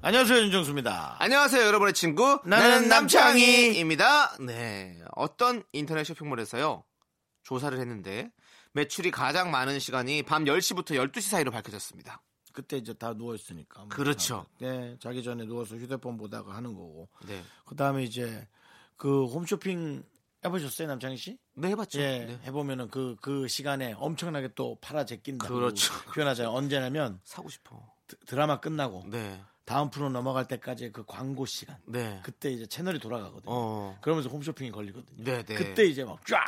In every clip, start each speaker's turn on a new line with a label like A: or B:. A: 안녕하세요 윤정수입니다.
B: 안녕하세요, 여러분의 친구.
A: 나는
B: 나는
A: 남창희.
B: 남창희입니다. 네. 어떤 인터넷 쇼핑몰에서요, 조사를 했는데, 매출이 가장 많은 시간이 밤 10시부터 12시 사이로 밝혀졌습니다.
A: 그때 이제 다 누워 있으니까. 뭐
B: 그렇죠.
A: 다, 네, 자기 전에 누워서 휴대폰 보다가 하는 거고.
B: 네.
A: 그 다음에 이제 그 홈쇼핑 해보셨어요 남창희 씨?
B: 네, 해봤죠.
A: 예,
B: 네.
A: 해보면은 그 그 시간에 엄청나게 또 팔아 제낀다.
B: 그렇죠.
A: 표현하잖아요. 언제냐면
B: 사고 싶어.
A: 드- 드라마 끝나고
B: 네.
A: 다음 프로 넘어갈 때까지 그 광고 시간.
B: 네.
A: 그때 이제 채널이 돌아가거든요.
B: 어.
A: 그러면서 홈쇼핑이 걸리거든요.
B: 네, 네.
A: 그때 이제 막 쫙.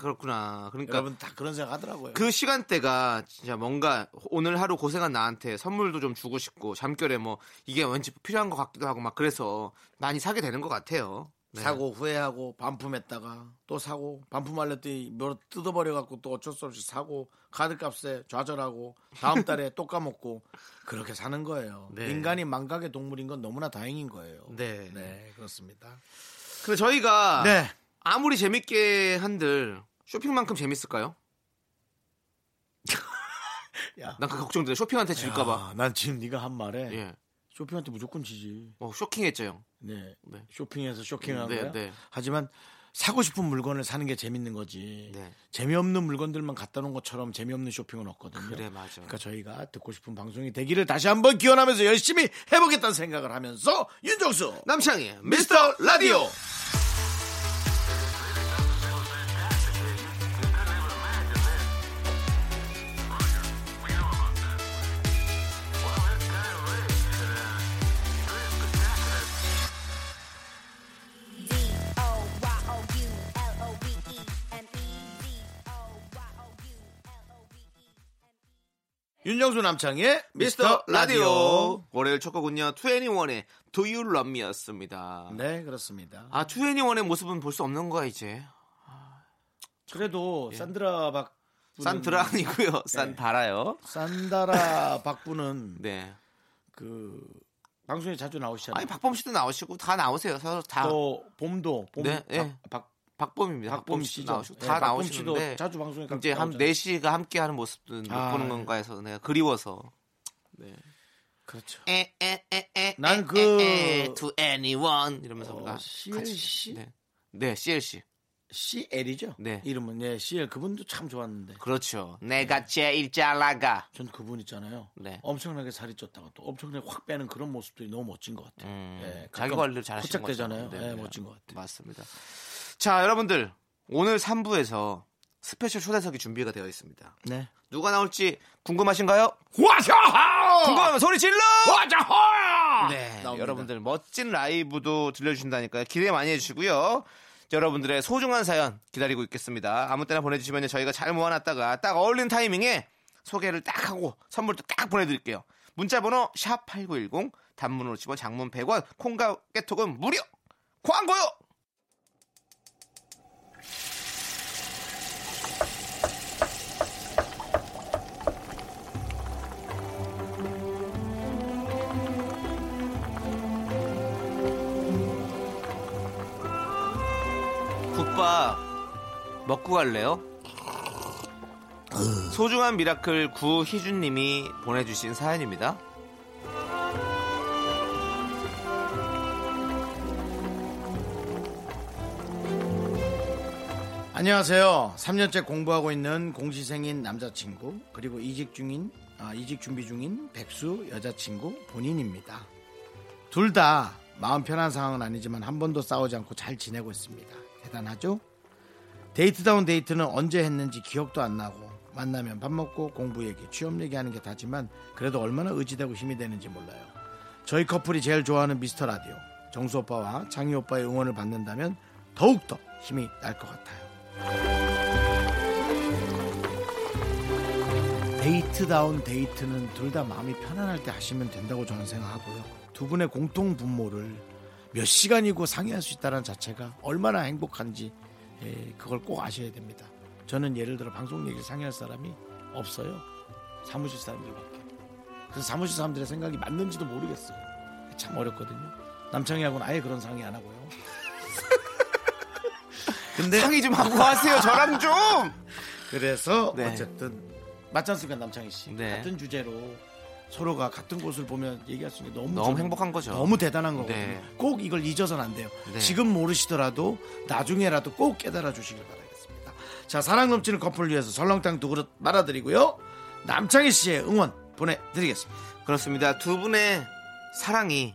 B: 그렇구나. 그러니까
A: 여러분 다 그런 생각 하더라고요.
B: 그 시간대가 진짜 뭔가 오늘 하루 고생한 나한테 선물도 좀 주고 싶고 잠결에 뭐 이게 왠지 필요한 것 같기도 하고 막 그래서 많이 사게 되는 것 같아요. 네.
A: 사고 후회하고 반품했다가 또 사고 반품할랬더니 뭐 뜯어버려 갖고 또 어쩔 수 없이 사고 카드값에 좌절하고 다음 달에 또 까먹고 그렇게 사는 거예요.
B: 네.
A: 인간이 망각의 동물인 건 너무나 다행인 거예요.
B: 네.
A: 네, 그렇습니다.
B: 근데 저희가
A: 네.
B: 아무리 재밌게 한들 쇼핑만큼 재밌을까요?
A: 야.
B: 난 그 걱정돼. 쇼핑한테 질까봐.
A: 야, 아, 난 지금 네가 한 말에
B: 예.
A: 쇼핑한테 무조건 지지.
B: 어, 쇼킹했죠, 형.
A: 네.
B: 네.
A: 쇼핑해서 쇼킹한
B: 네,
A: 거야.
B: 네.
A: 하지만 사고 싶은 물건을 사는 게 재밌는 거지.
B: 네.
A: 재미없는 물건들만 갖다 놓은 것처럼 재미없는 쇼핑은 없거든요.
B: 그래, 맞아.
A: 그러니까 저희가 듣고 싶은 방송이 되기를 다시 한번 기원하면서 열심히 해보겠다는 생각을 하면서 윤정수
B: 남창희 미스터
A: 미스터 라디오 윤정수 남창의
B: 미스터 라디오 월요일 첫 곡은요 2NE1의 Do You Love Me였습니다
A: 네 그렇습니다.
B: 아 2NE1의 모습은 볼 수 없는 거야 이제
A: 그래도 예. 산드라 박
B: 산드라
A: 네.
B: 아니고요 산다라요
A: 산다라 박부는
B: 네
A: 그 방송에 자주 나오시잖아요.
B: 아니 박범 씨도 나오시고 다 나오세요 서- 다
A: 또 봄도 봄
B: 네,
A: 박,
B: 예.
A: 박,
B: 박범입니다
A: 박봄
B: 박범
A: 씨죠.
B: 씨도 나오시고
A: 예,
B: 다
A: 박봄 씨도
B: 나오시는데
A: 자주 방송에 가-
B: 이제 한
A: 나오잖아요.
B: 4시가 함께하는 모습은 못
A: 아,
B: 보는
A: 예.
B: 건가 해서 내가 그리워서
A: 그렇죠.
B: 에에에에
A: 난
B: 에,
A: 그-
B: 에, 에, To anyone 이러면서
A: 어,
B: 우리가
A: CLC?
B: 네. 네 CLC
A: CL이죠.
B: 네.
A: 이름은 예 CL 그분도 참 좋았는데
B: 그렇죠
A: 네.
B: 내가 제일 잘 나가
A: 전 그분 있잖아요.
B: 네.
A: 엄청나게 살이 쪘다가 또 엄청나게 확 빼는 그런 모습들이 너무 멋진 것 같아요.
B: 음,
A: 예,
B: 자기
A: 가끔
B: 관리를 잘 하시는
A: 포착되잖아요.
B: 거죠. 네,
A: 예,
B: 네.
A: 멋진 것 같아요.
B: 맞습니다. 자, 여러분들 오늘 3부에서 스페셜 초대석이 준비가 되어 있습니다.
A: 네.
B: 누가 나올지 궁금하신가요? 궁금하면 소리 질러! 네,
A: 나옵니다.
B: 여러분들 멋진 라이브도 들려주신다니까요. 기대 많이 해주시고요. 여러분들의 소중한 사연 기다리고 있겠습니다. 아무 때나 보내주시면 저희가 잘 모아놨다가 딱 어울리는 타이밍에 소개를 딱 하고 선물도 딱 보내드릴게요. 문자번호 샵8910 단문으로 집어 장문 100원 콩과 깨톡은 무료 광고요! 국밥 먹고 갈래요? 소중한 미라클 구희준님이 보내주신 사연입니다.
A: 안녕하세요. 3년째 공부하고 있는 공시생인 남자친구 그리고 이직 중인 아, 이직 준비 중인 백수 여자친구 본인입니다. 둘 다 마음 편한 상황은 아니지만 한 번도 싸우지 않고 잘 지내고 있습니다. 대단하죠? 데이트다운 데이트는 언제 했는지 기억도 안 나고 만나면 밥 먹고 공부 얘기, 취업 얘기하는 게 다지만 그래도 얼마나 의지되고 힘이 되는지 몰라요. 저희 커플이 제일 좋아하는 미스터 라디오 정수 오빠와 장희 오빠의 응원을 받는다면 더욱더 힘이 날 것 같아요. 데이트다운 데이트는 둘 다 마음이 편안할 때 하시면 된다고 저는 생각하고요. 두 두 분의 공통 분모를 몇 시간이고 상의할 수 있다는 자체가 얼마나 행복한지 예, 그걸 꼭 아셔야 됩니다. 저는 예를 들어 방송 얘기를 상의할 사람이 없어요. 사무실 사람들밖에. 그래서 사무실 사람들의 생각이 맞는지도 모르겠어요. 참 어렵거든요. 남창희하고는 아예 그런 상의 안 하고요. 근데
B: 상의 좀 하고 하세요. 저랑 좀.
A: 그래서
B: 네.
A: 어쨌든 맞지 않습니까 남창희 씨
B: 네.
A: 같은 주제로 서로가 같은 곳을 보면 얘기할 수 있는 게 너무
B: 너무
A: 좋은,
B: 행복한 거죠.
A: 너무 대단한 거거든요
B: 네.
A: 꼭 이걸 잊어서는 안 돼요
B: 네.
A: 지금 모르시더라도 나중에라도 꼭 깨달아 주시길 바라겠습니다 자 사랑 넘치는 커플을 위해서 설렁탕 두 그릇 말아드리고요 남창희 씨의 응원 보내드리겠습니다
B: 그렇습니다. 두 분의 사랑이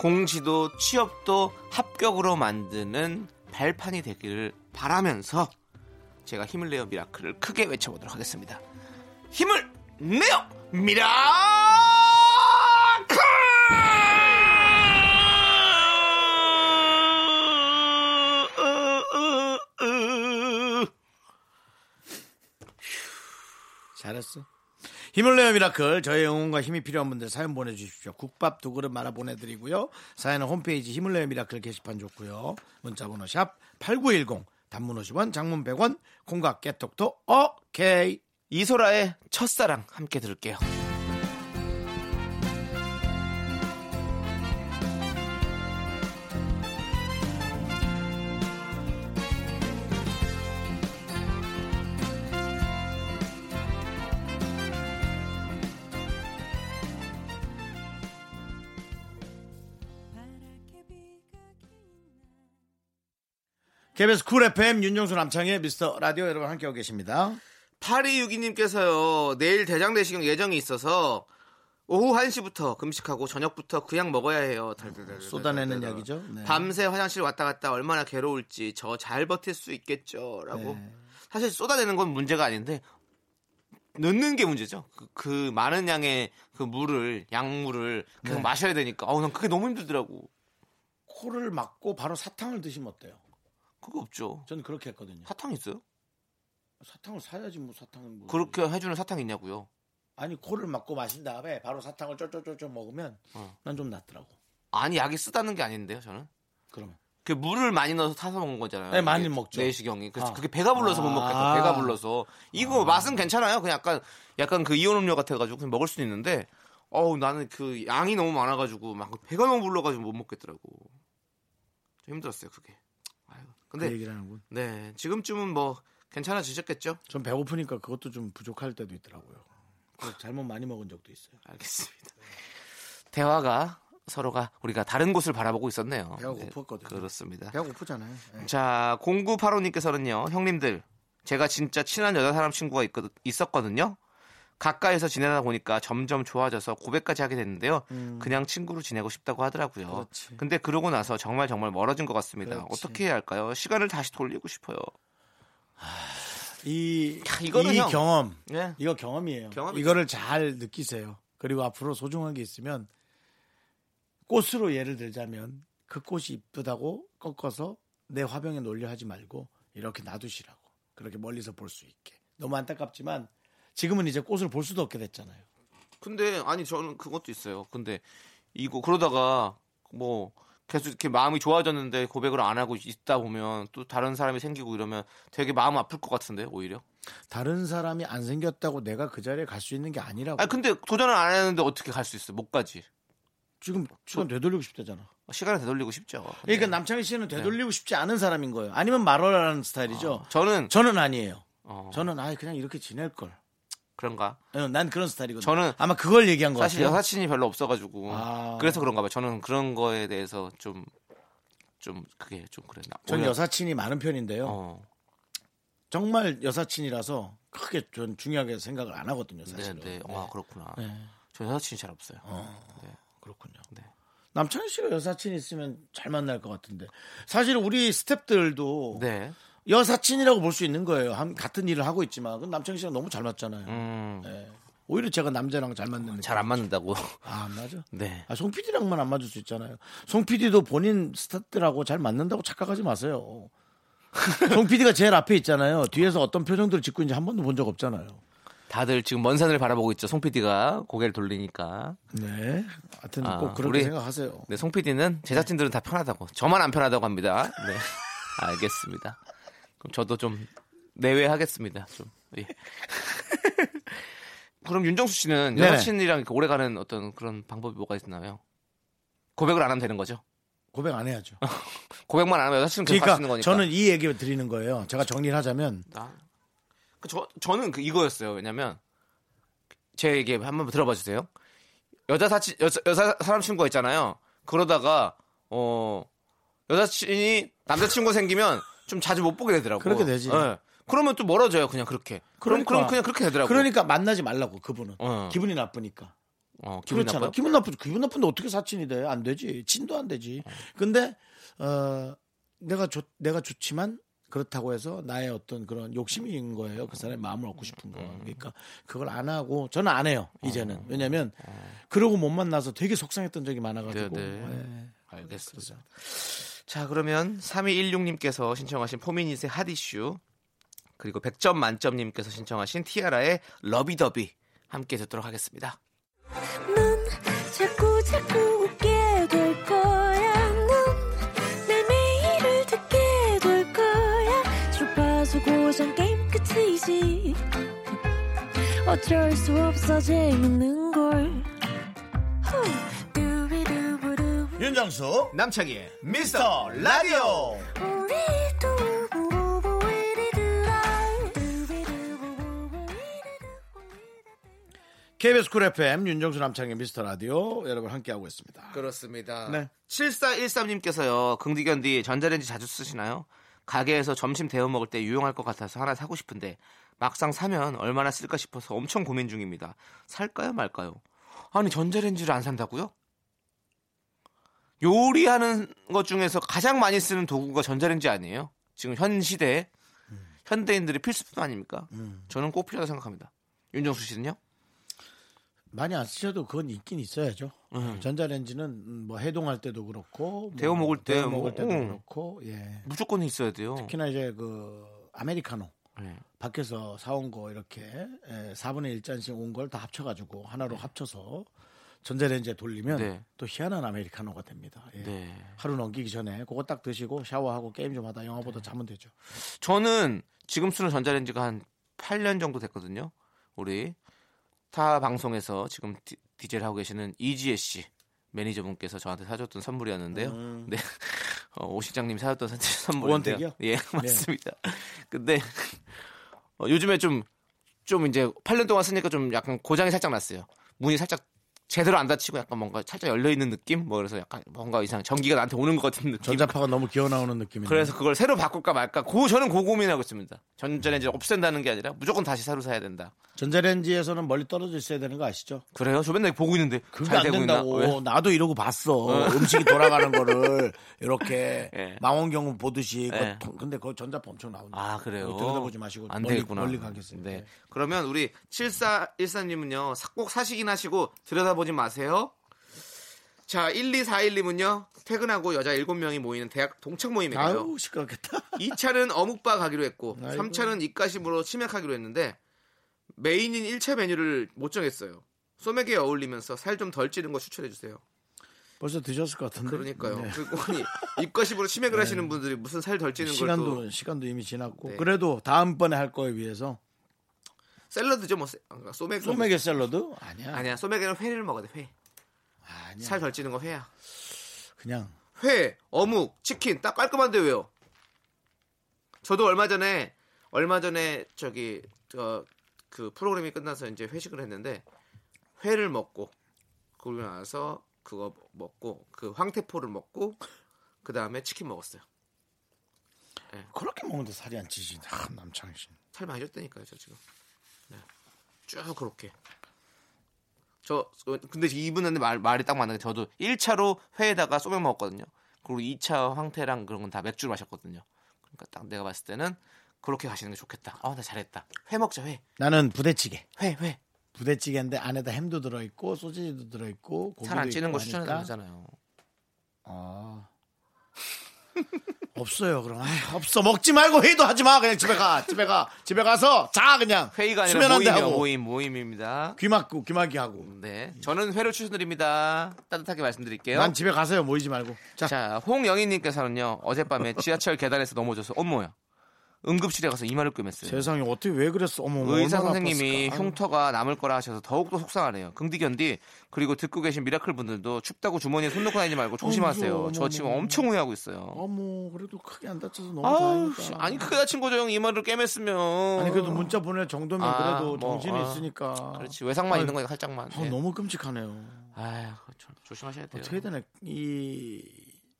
B: 공시도 취업도 합격으로 만드는 발판이 되기를 바라면서 제가 힘을 내요 미라클을 크게 외쳐보도록 하겠습니다. 힘을 내요 미라클!
A: 잘했어 힘을 내요 미라클 저의 응원과 힘이 필요한 분들 사연 보내주십시오 국밥 두 그릇 말아 보내드리고요 사연은 홈페이지 힘을 내요 미라클 게시판 좋고요 문자번호 샵 8910 단문 50원 장문 100원 콩과 깨톡도 오케이
B: 이소라의 첫사랑 함께 들을게요.
A: KBS 쿨 FM 윤정수 남창의 미스터 라디오 여러분 함께하고 계십니다
B: 8262님께서요, 내일 대장내시경 예정이 있어서 오후 1시부터 금식하고 저녁부터 그냥 먹어야 해요. 달달달달.
A: 쏟아내는 약이죠 네.
B: 밤새 화장실 왔다 갔다 얼마나 괴로울지 저 잘 버틸 수 있겠죠. 라고.
A: 네.
B: 사실 쏟아내는 건 문제가 아닌데, 넣는 게 문제죠. 그, 그 많은 양의 그 물을, 약물을 계속
A: 네.
B: 마셔야 되니까. 어우, 난 그게 너무 힘들더라고.
A: 코를 막고 바로 사탕을 드시면 어때요
B: 그거 없죠.
A: 저는 그렇게 했거든요
B: 사탕 있어요?
A: 사탕을 사야지 뭐 사탕은 뭐
B: 그렇게 해주는 사탕 있냐고요.
A: 아니 코를 막고 마신 다음에 바로 사탕을 쫄쫄쫄쫄 먹으면
B: 어.
A: 난 좀 낫더라고
B: 아니, 약이 쓰다는 게 아닌데요, 저는.
A: 그러면
B: 그 물을 많이 넣어서 타서 먹은 거잖아요.
A: 네, 많이
B: 이게
A: 먹죠.
B: 내시경이.
A: 아.
B: 그래서 그게 배가 불러서 못 먹겠다.
A: 아.
B: 배가 불러서. 이거 맛은 괜찮아요. 그냥 약간 약간 그 이온 음료 같아 가지고 그냥 먹을 수는 있는데 어우, 나는 그 양이 너무 많아 가지고 막 배가 너무 불러 가지고 못 먹겠더라고. 좀 힘들었어요, 그게. 아유.
A: 그
B: 근데
A: 얘기를 하는군
B: 네, 지금쯤은 뭐 괜찮아지셨겠죠?
A: 전 배고프니까 그것도 좀 부족할 때도 있더라고요. 그래서 잘못 많이 먹은 적도 있어요.
B: 알겠습니다. 대화가 서로가 우리가 다른 곳을 바라보고 있었네요.
A: 배가 고팠거든요.
B: 그렇습니다.
A: 배가 고프잖아요. 예.
B: 자, 0985님께서는요, 형님들, 제가 진짜 친한 여자 사람 친구가 있, 있었거든요. 가까이서 지내다 보니까 점점 좋아져서 고백까지 하게 됐는데요. 그냥 친구로 지내고 싶다고 하더라고요.
A: 그렇지.
B: 근데 음. 그러고 나서 정말 정말 멀어진 것 같습니다.
A: 그렇지.
B: 어떻게 해야 할까요? 시간을 다시 돌리고 싶어요.
A: 이,
B: 야, 이거는
A: 이
B: 형.
A: 경험,
B: 예.
A: 이거 경험이에요.
B: 경험이죠.
A: 이거를 잘 느끼세요. 그리고 앞으로 소중하게 있으면 꽃으로 예를 들자면 그 꽃이 이쁘다고 꺾어서 내 화병에 놀려 하지 말고 이렇게 놔두시라고. 그렇게 멀리서 볼 수 있게. 너무 안타깝지만 지금은 이제 꽃을 볼 수도 없게 됐잖아요.
B: 근데, 아니, 저는 그것도 있어요. 근데, 이거, 그러다가, 뭐, 계속 이렇게 마음이 좋아졌는데 고백을 안 하고 있다 보면 또 다른 사람이 생기고 이러면 되게 마음 아플 것 같은데, 오히려.
A: 다른 사람이 안 생겼다고 내가 그 자리에 갈 수 있는 게 아니라고.
B: 아니 그 근데 도전을 안 했는데 어떻게 갈 수 있어? 못 가지.
A: 지금 시간 되돌리고 싶다잖아.
B: 시간을 되돌리고 싶죠. 근데
A: 그러니까 남창희 씨는
B: 네.
A: 되돌리고 싶지 않은 사람인 거예요. 아니면 말어라는 스타일이죠.
B: 저는
A: 저는 아니에요.
B: 아. 어,
A: 저는 아예 그냥 이렇게 지낼 걸.
B: 그런가?
A: 어, 난 그런 스타일이거든요.
B: 저는
A: 아마 그걸 얘기한 것
B: 사실
A: 같아요.
B: 여사친이 별로 없어가지고
A: 아.
B: 그래서 그런가 봐. 저는 그런 거에 대해서 좀 좀 그게 좀 그랬나.
A: 전
B: 오히려-
A: 여사친이 많은 편인데요.
B: 어,
A: 정말 여사친이라서 크게 전 중요하게 생각을 안 하거든요.
B: 네,
A: 사실은.
B: 네.
A: 네.
B: 와 그렇구나.
A: 네,
B: 저 여사친이 잘 없어요.
A: 그렇군요.
B: 네.
A: 남창희 씨가 여사친 있으면 잘 만날 것 같은데 사실 우리 스탭들도
B: 네.
A: 여사친이라고 볼 수 있는 거예요. 한- 같은 일을 하고 있지만 그건 남창희 씨랑 너무 잘 맞잖아요.
B: 음.
A: 네. 오히려 제가 남자랑 잘 맞는
B: 잘 안 맞는다고.
A: 느낌. 아안 맞아.
B: 네.
A: 아, 송 PD랑만 안 맞을 수 있잖아요. 송 PD도 본인 스타트라고 잘 맞는다고 착각하지 마세요. 송 PD가 제일 앞에 있잖아요. 뒤에서 어떤 표정들을 짓고 있는지 한 번도 본 적 없잖아요.
B: 다들 지금 먼 산을 바라보고 있죠. 송 PD가 고개를 돌리니까.
A: 네. 하여튼
B: 아,
A: 꼭 그렇게
B: 우리-
A: 생각하세요.
B: 네, 송 PD는 제작진들은 다 편하다고. 저만 안 편하다고 합니다. 네. 알겠습니다. 그럼 저도 좀 내외하겠습니다. 좀. 예. 그럼 윤정수 씨는
A: 네네.
B: 여자친이랑 이렇게 오래가는 어떤 그런 방법이 뭐가 있나요? 고백을 안 하면 되는 거죠?
A: 고백 안 해야죠.
B: 고백만 안 하면 여자친은 계속
A: 그러니까
B: 갈수 있는 아, 거니까.
A: 저는 이 얘기 를 드리는 거예요. 제가 정리를 하자면
B: 나. 그 저, 저는 그 이거였어요. 왜냐면, 제 얘기 한번 들어봐 주세요. 여자 사치, 여자, 여자 사람 친구가 있잖아요. 그러다가, 어, 여자친이 남자친구 생기면 좀 자주 못 보게 되더라고요.
A: 그렇게 되지.
B: 예. 그러면 또 멀어져요. 그냥 그렇게.
A: 그러니까.
B: 그럼, 그럼 그냥 그렇게 되더라고요.
A: 그러니까 만나지 말라고 그분은
B: 어.
A: 기분이 나쁘니까.
B: 어, 기분
A: 그렇잖아.
B: 나빠요.
A: 기분 나쁘 기분 나쁜데 어떻게 사친이 돼? 안 되지. 친도 안 되지. 근데 어 내가 좋 내가 좋지만 그렇다고 해서 나의 어떤 그런 욕심인 거예요. 그 사람의 마음을 얻고 싶은 거. 그러니까 그걸 안 하고 저는 안 해요.
B: 어.
A: 이제는. 왜냐면 그러고 못 만나서 되게 속상했던 적이 많아 가지고.
B: 네, 네. 알겠습니다. 자, 그러면 3216님께서 신청하신 포미닛의 핫이슈 그리고 100점 만점님께서 신청하신 티아라의 러비더비 함께 듣도록 하겠습니다.
C: 넌 자꾸 자꾸 웃게 될 거야. 넌내 매일을 듣게 될 거야. 주파수 고정 게임 끝이지. 어쩔 수 없어 재밌는 걸. 후. 두비두부두.
A: 윤정수
B: 남창희의 미스터 라디오
C: 우리 두부부부 우리들아. 두비두부부부 우리들아.
A: KBS 쿨 FM 윤정수 남창의 미스터 라디오 여러분 함께 하고 있습니다.
B: 그렇습니다.
A: 네.
B: 7413님께서요. 긍디견디 전자레인지 자주 쓰시나요? 가게에서 점심 데워 먹을 때 유용할 것 같아서 하나 사고 싶은데 막상 사면 얼마나 쓸까 싶어서 엄청 고민 중입니다. 살까요 말까요? 아니 전자레인지를 안 산다고요? 요리하는 것 중에서 가장 많이 쓰는 도구가 전자레인지 아니에요? 지금 현 시대에 현대인들이 필수품 아닙니까?
A: 음.
B: 저는 꼭 필요하다고 생각합니다. 윤정수 씨는요?
A: 많이 안 쓰셔도 그건 있긴 있어야죠.
B: 음.
A: 전자레인지는 음, 뭐 해동할 때도 그렇고 뭐
B: 데워 먹을 때
A: 데워
B: 뭐,
A: 먹을 때도
B: 음.
A: 그렇고 예.
B: 무조건 있어야 돼요.
A: 특히나 이제 그 아메리카노
B: 네.
A: 밖에서 사온 거 이렇게 예, 4분의 1잔씩 온 걸 다 합쳐가지고 하나로 합쳐서 전자레인지에 돌리면
B: 네.
A: 또 희한한 아메리카노가 됩니다. 예.
B: 네.
A: 하루 넘기기 전에 그거 딱 드시고 샤워하고 게임 좀 하다 영화
B: 네.
A: 보다 자면 되죠.
B: 저는 지금 쓰는 전자레인지가 한 8년 정도 됐거든요. 우리 타 방송에서 지금 디, DJ를 하고 계시는 이지혜 씨 매니저분께서 저한테 사줬던 선물이었는데요. 네. 어, 오 실장님이 사줬던 선- 선물인데요.
A: 음. 원택이요? 네.
B: 예, 맞습니다. 근데 어, 요즘에 좀 좀 이제 8년 동안 쓰니까 좀 약간 고장이 살짝 났어요. 문이 살짝 제대로 안 닫히고 약간 뭔가 살짝 열려 있는 느낌? 뭐 그래서 약간 뭔가 이상 전기가 나한테 오는 것 같은 느낌.
A: 전자파가 너무 기어 나오는 느낌이.
B: 그래서 그걸 새로 바꿀까 말까 고 저는 고 고민하고 있습니다. 전자레인지 없앤다는 게 아니라 무조건 다시 새로 사야 된다.
A: 전자레인지에서는 멀리 떨어져 있어야 되는 거 아시죠?
B: 그래요? 저 맨날 보고 있는데
A: 그게
B: 잘
A: 안
B: 되고
A: 된다고.
B: 있나? 왜?
A: 나도 이러고 봤어. 음식이 돌아가는 거를 이렇게
B: 예.
A: 망원경을 보듯이. 그거
B: 예.
A: 통- 근데 그거 전자파 엄청 나온다. 어,
B: 아 그래요.
A: 들여다보지 마시고
B: 안
A: 멀리-
B: 되겠구나.
A: 멀리 가겠습니다. 예.
B: 네. 그러면 우리 7414님은요 꼭 사시긴 하시고 들여다보지 마세요. 자 1241님은요 퇴근하고 여자 7명이 모이는 대학 동창 모임에 가요.
A: 아유 시끄럽겠다.
B: 2차는 어묵바 가기로 했고
A: 아이고.
B: 3차는 입가심으로 치맥하기로 했는데 메인인 1차 메뉴를 못 정했어요. 소맥에 어울리면서 살 좀 덜 찌는 거 추천해 주세요.
A: 벌써 드셨을 것 같은데.
B: 그러니까요.
A: 네.
B: 그리고 아니, 입가심으로 치맥을 하시는 분들이 무슨 살 덜 찌는 걸
A: 시간도
B: 또
A: 시간도 이미 지났고
B: 네.
A: 그래도 다음번에 할 거에 비해서
B: 샐러드죠 뭐 세- 아, 소맥
A: 소맥의 샐러드 아니야.
B: 아니야 소맥에는 회를 먹어야 돼
A: 아니야.
B: 회. 살 덜 찌는 거 회야.
A: 그냥
B: 회, 어묵, 치킨 딱 깔끔한데 왜요? 저도 얼마 전에 얼마 전에 저기 저 그 프로그램이 끝나서 이제 회식을 했는데 회를 먹고 그러고 나서 그거 먹고 그 황태포를 먹고 그 다음에 치킨 먹었어요.
A: 그렇게 먹는데 살이 안 찌지. 아, 남창희 씨.
B: 살 많이 쪘다니까요, 저 지금. 네. 쭉 그렇게. 저 어, 근데 이분은 말, 말이 딱 맞는 게 저도 1차로 회에다가 소맥 먹었거든요. 그리고 2차 황태랑 그런 건 다 맥주를 마셨거든요. 그러니까 딱 내가 봤을 때는 그렇게 가시는 게 좋겠다. 아, 나 잘했다. 회 먹자, 회.
A: 나는 부대찌개.
B: 회, 회.
A: 부대찌개인데 안에다 햄도 들어 있고 소시지도 들어 있고
B: 살 안 찌는 거
A: 추천해
B: 추천해드리잖아요.
A: 아. 없어요. 그럼 아이, 없어 먹지 말고 회의도 하지 마. 그냥 집에 가. 집에 가. 집에 가서 자 그냥.
B: 회의가 아니라
A: 수면 한대
B: 모임이요
A: 하고
B: 모임 모임입니다.
A: 귀 막고 귀 막이 하고.
B: 네, 저는 회로 추천드립니다. 따뜻하게 말씀드릴게요.
A: 난 집에 가세요. 모이지 말고. 자,
B: 자, 홍영희님께서는요 어젯밤에 지하철 계단에서 넘어져서 엄모야 응급실에 가서 이마를 꿰맸어요.
A: 세상에 어떻게 왜 그랬어? 어머, 어머,
B: 의사
A: 얼마나
B: 선생님이
A: 아팠을까? 아유.
B: 흉터가 남을 거라 하셔서 더욱더 속상하네요. 긍디견디 그리고 듣고 계신 미라클 분들도 춥다고 주머니에 손 넣고 다니지 말고 조심하세요.
A: 무서워,
B: 저 지금
A: 어머.
B: 엄청 후회하고 있어요.
A: 어머 그래도 크게 안 다쳐서 너무
B: 아우, 씨,
A: 다행이다.
B: 아니 그- 크게 다친 거죠 형 이마를 꿰맸으면.
A: 아니 그래도 문자 보낼 정도면
B: 아,
A: 그래도
B: 뭐,
A: 정신이
B: 아.
A: 있으니까.
B: 그렇지 외상만
A: 아유,
B: 있는 거니까 살짝만.
A: 아,
B: 예.
A: 너무 끔찍하네요.
B: 아유, 조- 조심하셔야 돼요.
A: 어떻게 해야 되나 이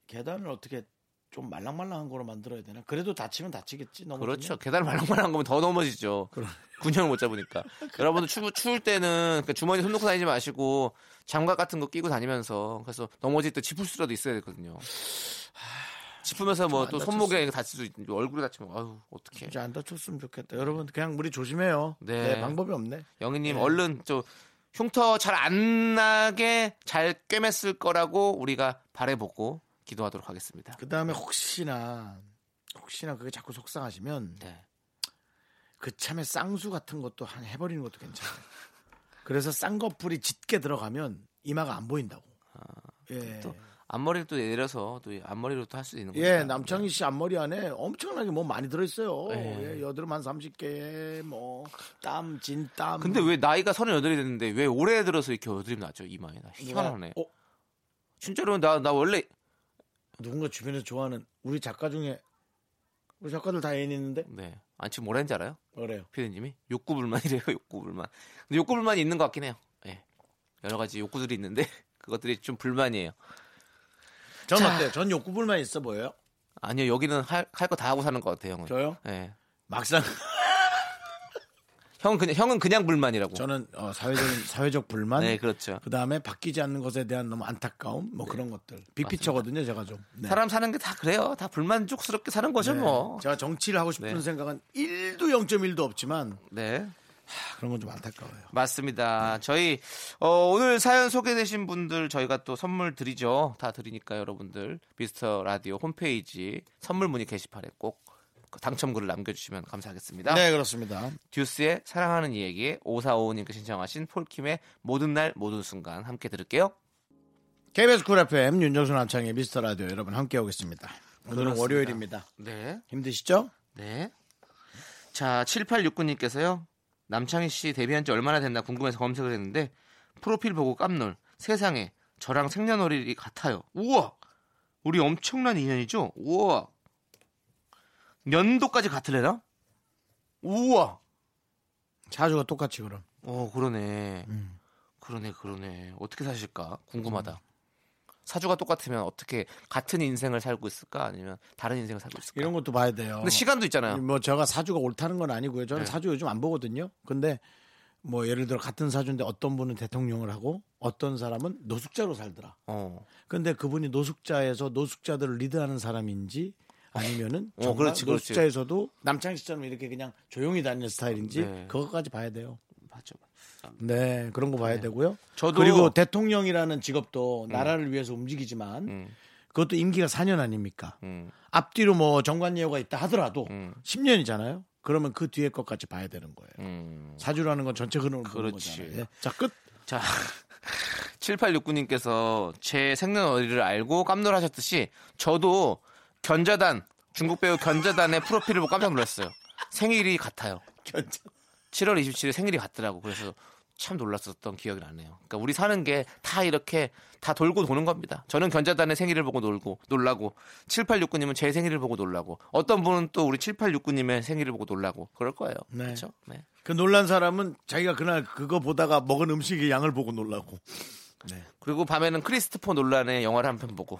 A: 계단을 어떻게 좀 말랑말랑한 거로 만들어야 되나? 그래도 다치면 다치겠지. 너무
B: 그렇죠. 계단 말랑말랑한 거면 더 넘어지죠. 군형을 못 잡으니까. 여러분들 추, 추울 때는 그 주머니 손 넣고 다니지 마시고 장갑 같은 거 끼고 다니면서 그래서 넘어질 때 짚을 수라도 있어야 되거든요. 짚으면서 뭐
A: 좀안
B: 또
A: 다쳤어.
B: 손목에 다칠 수 있고 얼굴에 다치면 아유 어떡해.
A: 이제 안 다쳤으면 좋겠다. 여러분 그냥 우리 조심해요.
B: 네.
A: 네, 방법이 없네.
B: 영희님
A: 네.
B: 얼른 저 흉터 잘 안 나게 잘 꿰맸을 거라고 우리가 바래보고 기도하도록 하겠습니다.
A: 그 다음에 혹시나 혹시나 그게 자꾸 속상하시면
B: 네.
A: 그참에 쌍수 같은 것도 한 해버리는 것도 괜찮아요. 그래서 쌍꺼풀이 짙게 들어가면 이마가 안 보인다고. 예.
B: 아, 또 앞머리를 또 내려서 또 앞머리로 또 할 수 있는 거죠.
A: 예, 남창희 씨 앞머리 안에 엄청나게 뭐 많이 들어있어요.
B: 예.
A: 예, 여드름 한 30개, 뭐, 땀, 진, 땀.
B: 근데 왜 나이가 38이 됐는데 왜 올해 들어서 이렇게 여드름이 났죠 이마에 나 희한하네
A: 어,
B: 진짜로 나 나 원래
A: 누군가 주변에서 좋아하는 우리 작가 중에 우리 작가들 다 애인 있는데
B: 네 아니 지금 뭐라 했는지 알아요?
A: 그래요.
B: 피디님이 욕구불만이래요 욕구불만 근데 욕구불만이 있는 것 같긴 해요 예 여러 가지 욕구들이 있는데 그것들이 좀 불만이에요
A: 전
B: 자.
A: 어때요? 전 욕구불만 있어 보여요.
B: 아니요 여기는 할 거 다 하고 사는 것 같아요 형은
A: 저요?
B: 예
A: 막상
B: 형은 그냥 형은 그냥 불만이라고
A: 저는 어, 사회적인 사회적 불만.
B: 네 그렇죠 네.
A: 그 다음에 바뀌지 않는 것에 대한 너무 안타까움, 뭐 그런 것들. 빅피처거든요, 제가 좀. 네.
B: 사람 사는 게 다 그래요 다 불만족스럽게 사는 거죠
A: 네. 제가 정치를 하고 싶은
B: 뭐. 네.
A: 생각은 1도 0.1도 없지만
B: 뭐네
A: 아, 그런 건 좀 안타까워요.
B: 맞습니다. 저희 어, 오늘 사연 소개되신 분들 저희가 또 선물 드리죠. 다 드리니까 여러분들 미스터 라디오 홈페이지 선물 문의 게시판에 꼭그 당첨글을 남겨주시면 감사하겠습니다.
A: 네, 그렇습니다.
B: 듀스의 사랑하는 이야기 5455님께 신청하신 폴킴의 모든 날 모든 순간 함께 들을게요.
A: KBS 쿨 FM 윤정수 남창의 미스터 라디오 여러분 함께하고 있습니다. 오늘은
B: 그렇습니다.
A: 월요일입니다.
B: 네.
A: 힘드시죠?
B: 네. 자, 7869님께서요. 남창희 씨 데뷔한 지 얼마나 됐나 궁금해서 검색을 했는데 프로필 보고 깜놀. 세상에 저랑 생년월일이 같아요. 우와. 우리 엄청난 인연이죠? 우와. 연도까지 같으려나? 우와.
A: 자주가 똑같이 그럼.
B: 어, 그러네.
A: 음.
B: 그러네, 그러네. 어떻게 사실까? 궁금하다. 사주가 똑같으면 어떻게 같은 인생을 살고 있을까? 아니면 다른 인생을 살고 있을까?
A: 이런 것도 봐야 돼요.
B: 근데 시간도 있잖아요.
A: 뭐 제가 사주가 옳다는 건 아니고요. 저는
B: 어. 네.
A: 사주 요즘 안 보거든요. 근데 뭐 예를 들어 같은 사주인데 어떤 분은 대통령을 하고 어떤 사람은 노숙자로 살더라.
B: 어.
A: 근데 그분이 노숙자에서 노숙자들을 리드하는 사람인지 아니면은
B: 어,
A: 정말
B: 그렇지, 그렇지.
A: 노숙자에서도 남창희 씨처럼 이렇게 그냥 조용히 다니는 스타일인지
B: 네.
A: 그것까지 봐야 돼요.
B: 맞죠.
A: 네, 그런 거 봐야 되고요.
B: 저도- 음.
A: 그리고 대통령이라는 직업도 나라를 위해서 움직이지만 그것도 임기가 4년 아닙니까?
B: 음.
A: 앞뒤로 뭐 정관예우가 있다 하더라도
B: 음.
A: 10년이잖아요. 그러면 그 뒤에 것까지 봐야 되는 거예요.
B: 음.
A: 사주라는 건 전체 흐름을 보는
B: 그렇지.
A: 거잖아요. 예. 자, 끝.
B: 자, 7869님께서 제 생년월일을 알고 깜놀하셨듯이 저도 견자단 중국 배우 견자단의 프로필을 보고 깜짝 놀랐어요. 생일이 같아요.
A: 견자.
B: 7월 27일 생일이 같더라고. 그래서 참 놀랐었던 기억이 나네요. 그러니까 우리 사는 게 다 이렇게 다 돌고 도는 겁니다. 저는 견자단의 생일을 보고 놀고 놀라고 7869님은 제 생일을 보고 놀라고 어떤 분은 또 우리 7869님의 생일을 보고 놀라고 그럴 거예요.
A: 네.
B: 그렇죠? 네.
A: 그 놀란 사람은 자기가 그날 그거 보다가 먹은 음식의 양을 보고 놀라고.
B: 그리고 밤에는 크리스토퍼 논란의 영화를 한 편 보고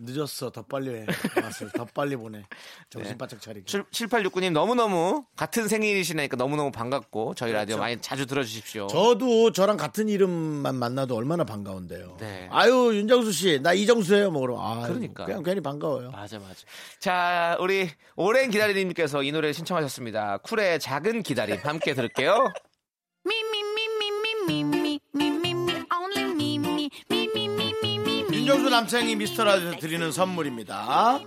A: 늦었어. 더 빨리 해. 맛을 더 빨리 보내. 정신
B: 네.
A: 바짝 차리게.
B: 7869님 너무너무 같은 생일이시니까 너무너무 반갑고 저희 라디오 많이 자주 들어주십시오.
A: 저도 저랑 같은 이름만 만나도 얼마나 반가운데요.
B: 네.
A: 아유 윤정수 씨, 나 이정수예요. 뭐 그럼 아,
B: 그러니까.
A: 그냥 괜히 반가워요.
B: 맞아 맞아. 자 우리 오랜 기다림님께서 이 노래를 신청하셨습니다. 쿨의 작은 기다림 함께 들을게요.
C: Me, me, me, me, me, me, me, me, me, me, only me, me, me, me, me, me, me, me.
A: 윤정수 남창이 미스터라디오에서 드리는 선물입니다.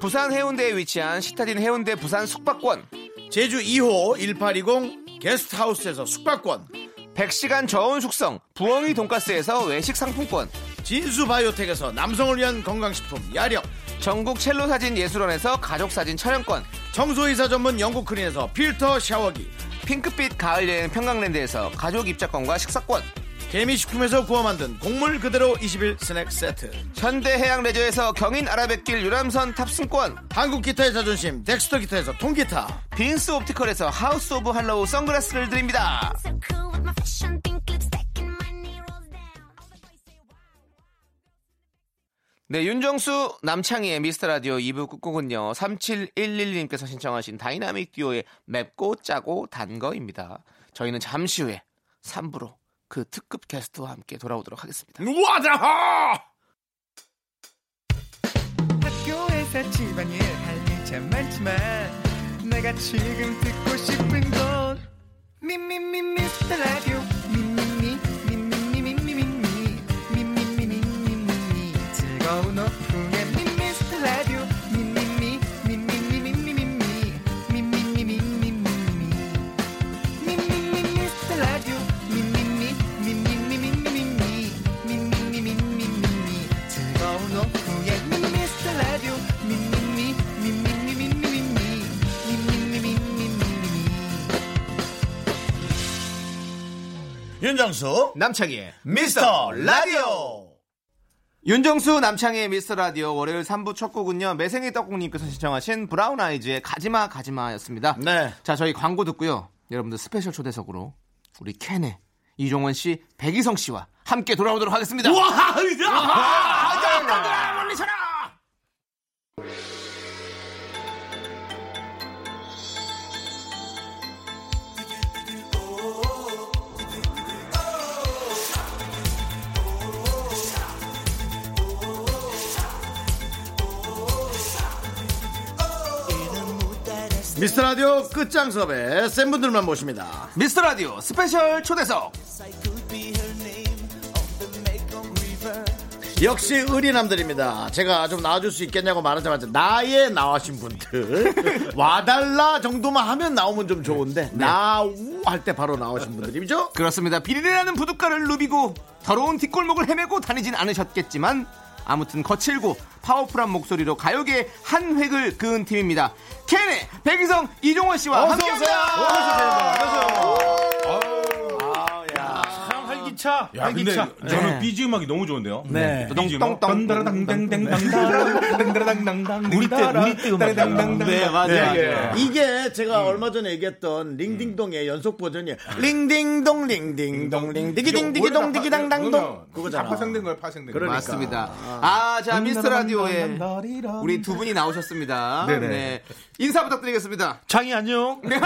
B: 부산 해운대에 위치한 시타딘 해운대 부산 숙박권
A: 제주 2호 1820 게스트하우스에서 숙박권
B: 100시간 저온 숙성 부엉이 돈가스에서 외식 상품권
A: 진수 바이오텍에서 남성을 위한 건강식품 야력
B: 전국 첼로 사진 예술원에서 가족 사진 촬영권
A: 청소이사 전문 영국 크린에서 필터 샤워기
B: 핑크빛 가을 여행 평강랜드에서 가족 입장권과 식사권
A: 개미식품에서 구워 만든 곡물 그대로 21 스낵 세트
B: 현대해양 레저에서 경인 아라뱃길 유람선 탑승권
A: 한국 기타의 자존심 덱스터 기타에서 통기타
B: 빈스 옵티컬에서 하우스 오브 할로우 선글라스를 드립니다
C: So cool with my fashion, pink lipstick and my knee rolls down. All the boys say wow.
B: 네, 윤정수 남창희의 미스터 라디오 2부 끝곡은요. 3711님께서 신청하신 다이나믹 듀오의 맵고 짜고 단 거입니다. 저희는 잠시 후에 3부로 그 특급 게스트와 함께 돌아오도록 하겠습니다.
A: 와자하
D: 학교에서 집안일 할 일 참 많지만 내가 지금 듣고 싶은 건 미미미 미스터 라디오 미미미 미미미 미미미 미미미 미미미 미미미 즐거운 오후에 미스터 라디오 미미미 미미미 미미미 미미미 미미미 미미미
A: 윤정수
B: 남창희의
A: 미스터 라디오
B: 윤정수 남창희의 미스터 라디오 월요일 3부 첫 곡은요. 매생이 떡국님께서 신청하신 브라운 아이즈의 가지마 가지마였습니다.
A: 네
B: 자, 저희 광고 듣고요. 여러분들 스페셜 초대석으로 우리 캔의 이종원 씨, 백이성 씨와 함께 돌아오도록 하겠습니다.
A: 미스터 라디오 끝장 섭외 센 분들만 모십니다
B: 미스터 라디오 스페셜 초대석
A: 역시 의리남들입니다. 제가 좀 나와줄 수 있겠냐고 말하자마자 나에 나와신 분들 와달라 정도만 하면 나오면 좀 좋은데
E: 네.
A: 나우 할 때 바로 나오신 분들이죠.
B: 그렇습니다. 비리라는 부둣가를 누비고 더러운 뒷골목을 헤매고 다니진 않으셨겠지만 아무튼 거칠고 파워풀한 목소리로 가요계의 한 획을 그은 팀입니다. 캔의 백이성 이종원 씨와 함께합니다.
E: 참 활기차.
F: 야, 근데
E: 활기차.
F: 저는 BG 음악이 너무 좋은데요. 네.
B: 똥, 똥,
F: 우리 때 우리 때 음악.
B: 네, 맞아요. 맞아요.
A: 이게 제가
E: 음.
A: 얼마 전에 얘기했던 링딩동의 연속 버전이에요.
E: 아.
A: 링딩동 링딩동 링디기딩디기동 디기당당동 그거잖아.
F: 파생된 거예요, 파생된 거.
A: 그러니까.
B: 맞습니다. 아, 자, 미스터 라디오에 우리 두 분이 나오셨습니다.
F: 네네.
B: 네. 인사 부탁드리겠습니다.
E: 장이 안녕.
B: 네,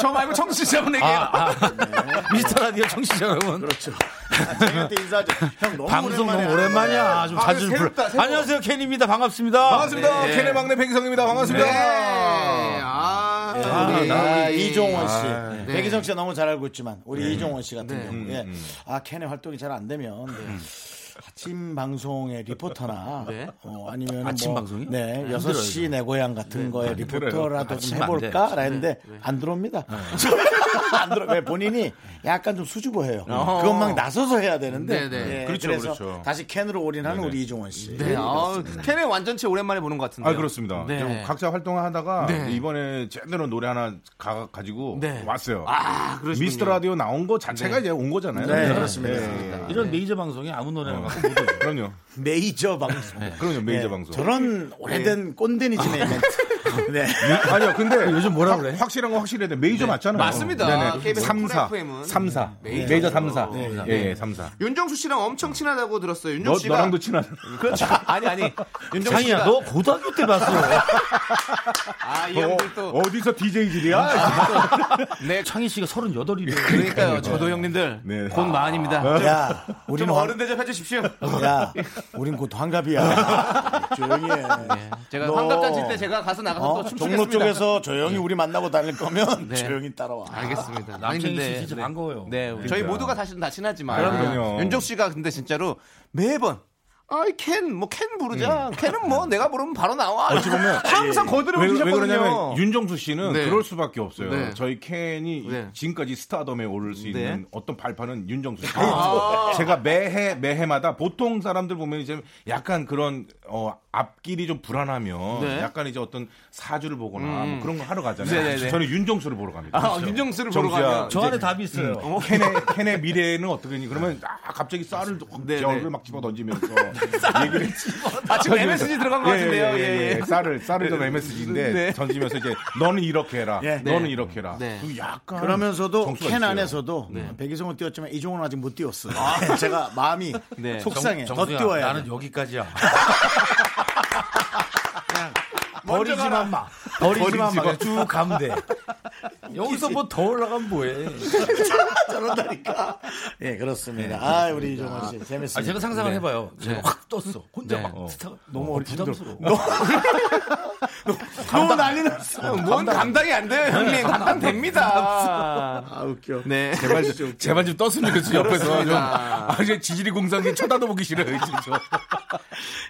B: 저 말고 청취자분에게.
E: 미스터 라디오 청취자 여러분. 그렇죠.
A: 저희한테 인사하죠. 형 너무
E: 방송
A: 오랜만에
E: 너무 오랜만이야. 좀
F: 아,
E: 자주 좀
F: 새롭다,
E: 불러.
F: 새로워.
E: 안녕하세요, 켄입니다. 반갑습니다.
F: 반갑습니다.
B: 네.
F: 캔의 막내 백이성입니다. 반갑습니다.
B: 네. 아, 우리
A: 아, 우리 이종원 씨. 백희성 씨가 너무 잘 알고 있지만 우리 이종원 씨 같은
B: 네.
A: 경우에 아 캔의 활동이 잘 안 되면 네. 아침 방송의 리포터나
B: 네.
A: 어, 아니면
E: 아침
A: 뭐,
E: 방송이?
A: 네 여섯 시 내 고향 같은 거에 리포터라도 좀
E: 아침 안
A: 해볼까
E: 돼요.
A: 라는데 안 들어옵니다. 안 들어. 왜 본인이 약간 좀 수줍어해요. 그건 막 나서서 해야 되는데.
B: 네, 네.
F: 그렇죠,
A: 래서
F: 그렇죠.
A: 다시 캔으로 올인하는 우리 이종원 씨.
B: 네, 아, 캔의 완전체 오랜만에 보는 것 같은데.
F: 아 그렇습니다.
B: 네.
F: 좀 각자 활동하다가
B: 네.
F: 이번에 제대로 노래 하나 가, 가지고
B: 네.
F: 왔어요.
B: 아, 그러시군요.
F: 미스터 라디오 나온 거 자체가 이제 온 거잖아요.
A: 네, 그렇습니다.
E: 이런 메이저 방송에 아무
F: 어.
E: 노래나 갖고
F: 그럼요.
A: 메이저 방송.
F: 그럼요. 메이저
A: 네,
F: 방송.
A: 저런 오래된 꼰대니즘의 멘트. 네.
F: 아니요, 근데 예? 요즘
E: 뭐라
F: 확,
E: 그래?
F: 확실한 건 확실해야 돼. 메이저 맞잖아요.
B: 맞습니다.
F: 네네.
B: KBS
F: 3사,
B: 쿨 FM 은
F: 3사,
B: 메이저죠.
F: 메이저 3사,
B: 네.
F: 예, 예, 3사.
B: 윤정수 씨랑 엄청 친하다고 들었어요.
F: 너,
B: 윤정수 씨가
F: 너랑도 친한.
B: 그렇죠. 아니 아니. 윤정수
E: 장이야,
B: 씨가
E: 너 고등학교 때 봤어.
F: 네.
B: 아, 이
F: 어,
B: 형들 또 아,
F: 어디서 DJ질이야?
B: 네.
E: 창희 씨가 38이래요.
B: 그러니까요. 저도 형님들
F: 네.
B: 곧
A: 아.
B: 마흔입니다.
A: 야,
B: 좀
A: 우리는
B: 어른 대접해 주십시오.
A: 야, 우린 곧 환갑이야. 조용히 해.
B: 네, 제가
A: 너-
B: 환갑잔치 때 제가 가서 나가서
A: 어?
B: 또
A: 종로
B: 춤추겠습니다.
A: 쪽에서 조용히 우리 만나고 다닐 거면
B: 네.
A: 조용히 따라와.
B: 알겠습니다. 아니,
E: 남창희
B: 근데-
E: 씨 진짜
B: 네.
E: 반가워요.
B: 네, 저희 모두가 사실은 다 친하지만
F: 그럼요.
B: 윤정 씨가 근데 진짜로 매번 아이 캔, 뭐 캔 부르자. 캔은 뭐 내가 부르면 바로 나와. 어찌 보면 항상 거드름을
F: 왜, 왜
B: 주셨거든요.
F: 그러냐면 윤정수 씨는
B: 네.
F: 그럴 수밖에 없어요.
B: 네.
F: 저희 캔이
B: 네.
F: 지금까지 스타덤에 오를 수 있는
B: 네.
F: 어떤 발판은 윤정수 씨. 아~ 제가 매해 매해마다 보통 사람들 보면 이제 약간 그런 어, 앞길이 좀 불안하면
B: 네.
F: 약간 이제 어떤 사주를 보거나 뭐 그런 거 하러 가잖아요.
B: 네, 네, 네.
F: 저는 윤정수를 보러 갑니다.
B: 아, 윤정수를 보러
F: 정수야,
B: 가면
E: 저 안에 답이 있어요.
F: 캔의, 캔의 미래는 어떻게니 그러면 아, 갑자기 쌀을 확
B: 네, 네.
F: 제 얼굴 막 집어 던지면서 얘기를
B: 아, 지금 MSG 들어간 것 같은데요. 예, 예.
F: 쌀을 쌀을 좀 MSG인데
B: 네.
F: 던지면서 이제 너는 이렇게 해라.
A: 예.
F: 너는
B: 네.
F: 이렇게 해라.
B: 네.
F: 그 약간
A: 그러면서도
F: 정수가
A: 캔
F: 있어요.
A: 안에서도 백이성은 띄웠지만 이종훈은 아직 못 띄웠어요. 제가 마음이
B: 네.
A: 속상해. 더
E: 정수야,
A: 띄워야
E: 나는
A: 돼.
E: 여기까지야.
A: 버리지만 마.
E: 버리지만 막 쭉 가면 돼. 여기서 뭐 더 올라가면 뭐해.
A: 저런다니까. 예, 그렇습니다. 아, 우리 이종훈 씨 재밌습니다.
E: 아, 제가 상상을
B: 네.
E: 해봐요. 제가
B: 네.
E: 확 떴어. 혼자
B: 네.
E: 막
B: 어.
E: 스타 너무 부담스러워.
A: 너무 난리 났어요.
B: 아, 뭔 감당이 안 돼. 형님, 감당됩니다.
A: 아, 웃겨.
B: 네.
F: 제발 좀 제발 좀 떴으면 좋겠어 옆에서 좀. 아 이제 지질이 공상이 쳐다도 보기 싫어요 진짜.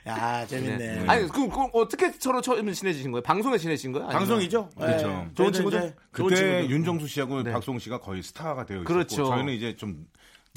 A: 야, 아, 재밌네.
B: 아니, 그럼, 그럼 어떻게 서로 처음 친해지신 거예요? 방송에 친해진 거예요? 아니면-
A: 방송이죠? 네.
F: 그렇죠.
A: 좋은
F: 좋은
A: 친구죠.
F: 그때 윤정수 씨고 박송 씨가 거의 스타가 되어 있었고
B: 그렇죠.
F: 저희는 이제 좀